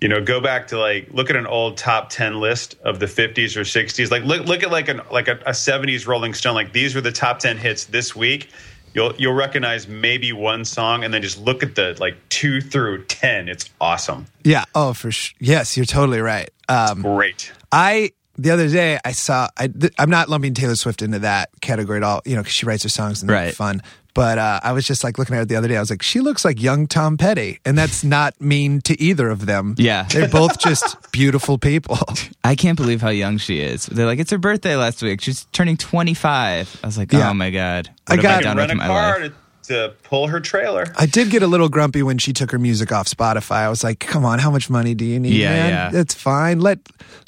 Speaker 5: you know go back to like look at an old top 10 list of the 50s or 60s like look look at like an like a, a 70s rolling stone like these were the top 10 hits this week you'll you'll recognize maybe one song and then just look at the like 2 through 10 it's awesome
Speaker 4: Yeah. Oh, for sure. Yes, you're totally right. Um,
Speaker 5: great
Speaker 4: I the other day I saw I th- I'm not lumping Taylor Swift into that category at all, you know, because she writes her songs and they're
Speaker 1: Right.
Speaker 4: fun. But uh, I was just like looking at it the other day. I was like, she looks like young Tom Petty, and that's not mean to either of them.
Speaker 1: Yeah.
Speaker 4: they're both just beautiful people.
Speaker 1: I can't believe how young she is. They're like, it's her birthday last week. She's turning 25. I was like,
Speaker 4: Yeah.
Speaker 1: oh my God.
Speaker 4: I
Speaker 1: What have
Speaker 4: got-
Speaker 1: I
Speaker 5: and
Speaker 1: done
Speaker 5: run
Speaker 1: with
Speaker 5: a
Speaker 1: my
Speaker 5: car
Speaker 1: life?
Speaker 5: to, to pull her trailer
Speaker 4: I did get a little grumpy when she took her music off Spotify. I was like, come on, how much money do you need,
Speaker 1: Yeah,
Speaker 4: man?
Speaker 1: yeah.
Speaker 4: That's fine. Let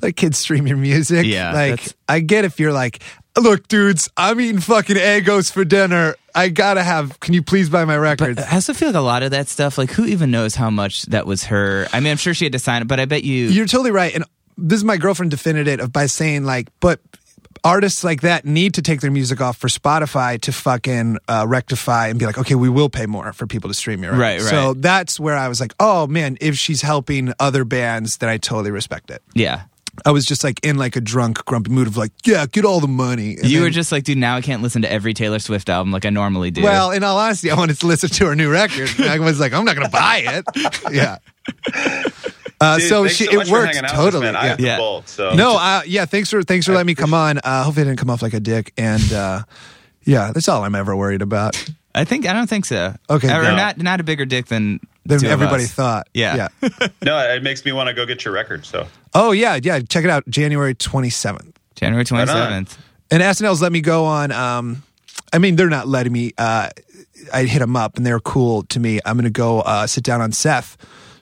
Speaker 4: let kids stream your music.
Speaker 1: Yeah,
Speaker 4: like
Speaker 1: that's-
Speaker 4: I get if you're like, look, dudes, I'm eating fucking egos for dinner. I gotta have. Can you please buy my records?
Speaker 1: I also feel like a lot of that stuff, like, who even knows how much that was her? I mean, I'm sure she had to sign it, but I bet you.
Speaker 4: You're totally right. And this is my girlfriend defended it of by saying like, but artists like that need to take their music off for Spotify to fucking uh, rectify and be like, okay, we will pay more for people to stream your record.
Speaker 1: Right, right.
Speaker 4: So that's where I was like, oh man, if she's helping other bands, then I totally respect it.
Speaker 1: Yeah.
Speaker 4: I was just like in like a drunk, grumpy mood of like, yeah, get all the money. And
Speaker 1: you were
Speaker 4: then-
Speaker 1: just like, dude, now I can't listen to every Taylor Swift album like I normally do.
Speaker 4: Well, in all honesty, I wanted to listen to her new record. And I was like, I'm not going to buy it. Yeah. Uh,
Speaker 5: Dude,
Speaker 4: so
Speaker 5: thanks
Speaker 4: she,
Speaker 5: so much
Speaker 4: it
Speaker 5: for
Speaker 4: worked
Speaker 5: hanging out with us,
Speaker 4: totally.
Speaker 5: man. I
Speaker 4: yeah.
Speaker 5: have to
Speaker 1: Yeah.
Speaker 5: bolt, so.
Speaker 4: No, uh, yeah. Thanks for thanks for letting me come on. Uh, hopefully, I didn't come off like a dick. And uh, yeah, that's all I'm ever worried about.
Speaker 1: I think I don't think so.
Speaker 4: Okay,
Speaker 1: or
Speaker 4: no.
Speaker 1: not not a bigger dick than
Speaker 4: Than
Speaker 1: two of
Speaker 4: everybody
Speaker 1: us.
Speaker 4: thought.
Speaker 1: Yeah.
Speaker 4: yeah.
Speaker 5: no, it makes me want to go get your record. So
Speaker 4: Oh yeah, yeah. Check it out, January 27th.
Speaker 1: January twenty seventh.
Speaker 4: And SNL's let me go on. Um, I mean, they're not letting me. Uh, I hit them up, and they're cool to me. I'm gonna go uh, sit down on Seth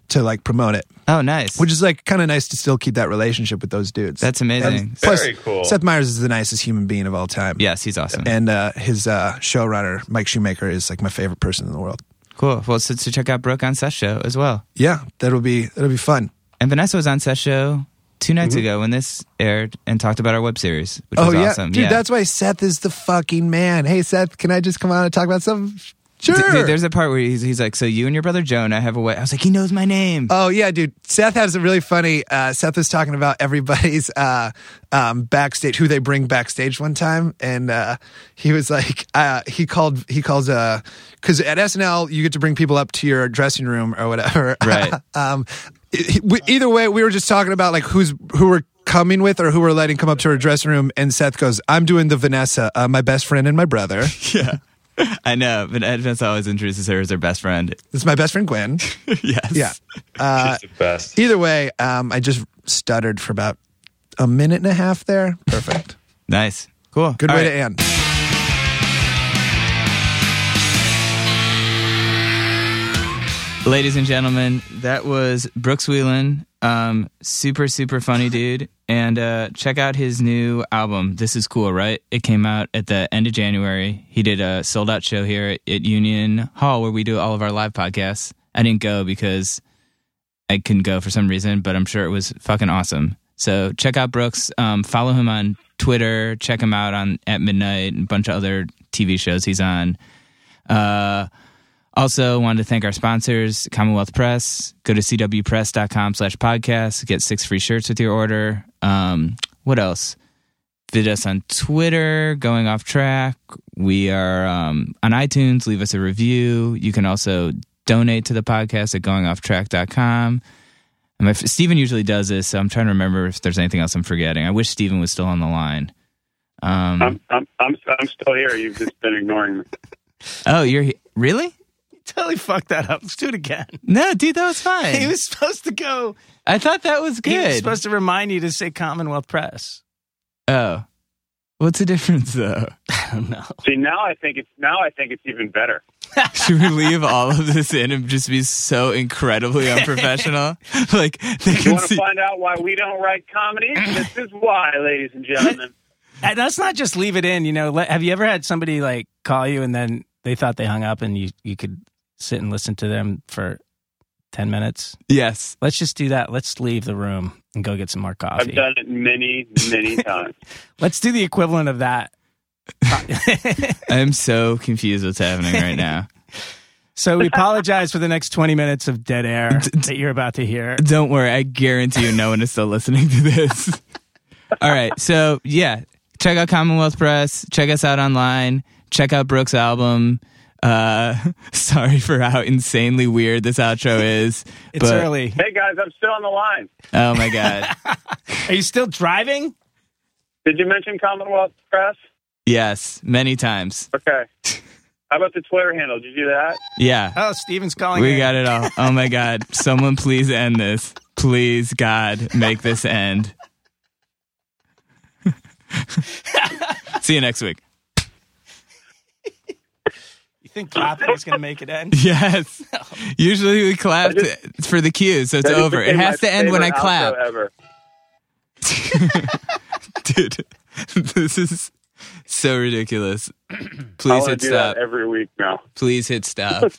Speaker 4: to like promote it,
Speaker 1: Oh, nice.
Speaker 4: which is like kind of nice to still keep that relationship with those dudes.
Speaker 1: That's amazing.
Speaker 5: Very cool.
Speaker 4: Seth Meyers is the nicest human being of all time.
Speaker 1: yes, he's awesome.
Speaker 4: and uh, his uh, showrunner Mike Shoemaker is like my favorite person in the world.
Speaker 1: cool. Well, so, so check out Brooke on Seth show as well.
Speaker 4: Yeah, that'll be that'll be fun.
Speaker 1: And Vanessa was on Seth show two nights ago when this aired and talked about our web series, which
Speaker 4: Mm-hmm. Oh
Speaker 1: was
Speaker 4: yeah,
Speaker 1: awesome.
Speaker 4: dude,
Speaker 1: yeah.
Speaker 4: that's why Seth is the fucking man. Hey Seth, can I just come on and talk about something? Sure.
Speaker 1: D- dude, there's a part where he's, he's like, "So you and your brother Joan, I have a way." I was like, "He knows my name."
Speaker 4: Oh yeah, dude. Seth has a really funny. Uh, Seth was talking about everybody's uh, um, backstage, who they bring backstage one time, and uh, he was like, uh, he called, he calls because at SNL you get to bring people up to your dressing room or whatever.
Speaker 1: Right.
Speaker 4: um, it- it- we- either way, we were just talking about like who's who we're coming with or who we're letting come up to our dressing room, and Seth goes, "I'm doing the Vanessa, uh, my best friend and my brother. Uh,
Speaker 1: I know, but Vanessa always introduces her as her best friend.
Speaker 4: It's my best friend Gwen."
Speaker 1: yes.
Speaker 4: Yeah.
Speaker 1: Uh,
Speaker 5: she's the best.
Speaker 4: Either way, um, I just stuttered for about a minute and a half there. Perfect.
Speaker 1: Nice. Cool.
Speaker 4: Good
Speaker 1: All
Speaker 4: way
Speaker 1: right.
Speaker 4: to end.
Speaker 1: Ladies and gentlemen, that was Brooks Wheelan. Um, super, super funny dude. And uh, check out his new album. This is cool, right? It came out at the end of January. He did a sold out show here at, at Union Hall where we do all of our live podcasts. I didn't go because I couldn't go for some reason, but I'm sure it was fucking awesome. So check out Brooks. Um, follow him on Twitter. Check him out on at midnight and a bunch of other TV shows he's on. Uh, also, wanted to thank our sponsors, Commonwealth Press. Go to cwpress.com slash podcast. Get six free shirts with your order. Um, what else? Visit us on Twitter, going off track. We are um, on iTunes. Leave us a review. You can also donate to the podcast at goingofftrack.com. And my, Steven usually does this, so I'm trying to remember if there's anything else I'm forgetting. I wish Steven was still on the line. Um,
Speaker 3: I'm, I'm, I'm, I'm still here. You've just been ignoring me.
Speaker 1: oh, you're he- really?
Speaker 2: Totally fucked that up. Let's do it again.
Speaker 1: No, dude, that was fine.
Speaker 2: He was supposed to go.
Speaker 1: I thought that was
Speaker 2: He was
Speaker 1: good.
Speaker 2: supposed to remind you to say Commonwealth Press.
Speaker 1: oh, what's the difference though?
Speaker 2: I don't know.
Speaker 3: See, now I think it's now I think it's even better.
Speaker 1: Should we leave all of this in and just be so incredibly unprofessional? like they
Speaker 3: You
Speaker 1: can
Speaker 3: want to
Speaker 1: see.
Speaker 3: find out why we don't write comedy? this is why, ladies and gentlemen.
Speaker 2: And let's not just leave it in. You know, Let- have you ever had somebody like call you and then they thought they hung up and you you could sit and listen to them for ten minutes?
Speaker 1: Yes,
Speaker 2: Let's just do that. Let's leave the room and go get some more coffee.
Speaker 3: I've done it many, many times.
Speaker 2: Let's do the equivalent of that.
Speaker 1: I am so confused what's happening right now.
Speaker 2: so we apologize for the next 20 minutes of dead air that you're about to hear.
Speaker 1: Don't worry, I guarantee you, no one is still listening to this. all right, so yeah, check out Commonwealth Press. Check us out online. Check out Brooks' album. Uh, sorry for how insanely weird this outro is.
Speaker 2: It's
Speaker 1: but-
Speaker 2: early.
Speaker 3: hey guys, I'm still on the line.
Speaker 1: Oh my god.
Speaker 2: Are you still driving?
Speaker 3: Did you mention Commonwealth Press?
Speaker 1: Yes, many times.
Speaker 3: Okay. How about the Twitter handle? Did you do that?
Speaker 1: Yeah,
Speaker 2: Oh, Steven's calling.
Speaker 1: we
Speaker 2: in.
Speaker 1: got it all. Oh my God. Someone please end this. Please, God, make this end. See you next week.
Speaker 2: You think Clapton's going to make it end?
Speaker 1: Yes. Usually we clap to- for the cue, so it's
Speaker 3: That is
Speaker 1: over. It
Speaker 3: became
Speaker 1: has
Speaker 3: my
Speaker 1: to end when I
Speaker 3: favorite
Speaker 1: clap.
Speaker 3: outro Ever.
Speaker 1: Dude, this is so ridiculous.
Speaker 3: I
Speaker 1: Please
Speaker 3: want to
Speaker 1: hit
Speaker 3: do that
Speaker 1: stop.
Speaker 3: every week now.
Speaker 1: Please hit stop.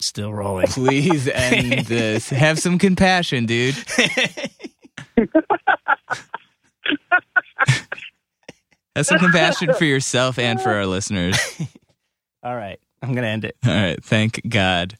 Speaker 2: Still rolling.
Speaker 1: Please end this. Have some compassion, dude. That's some compassion for yourself and for our listeners.
Speaker 2: All right. I'm going to end it.
Speaker 1: All right. Thank God.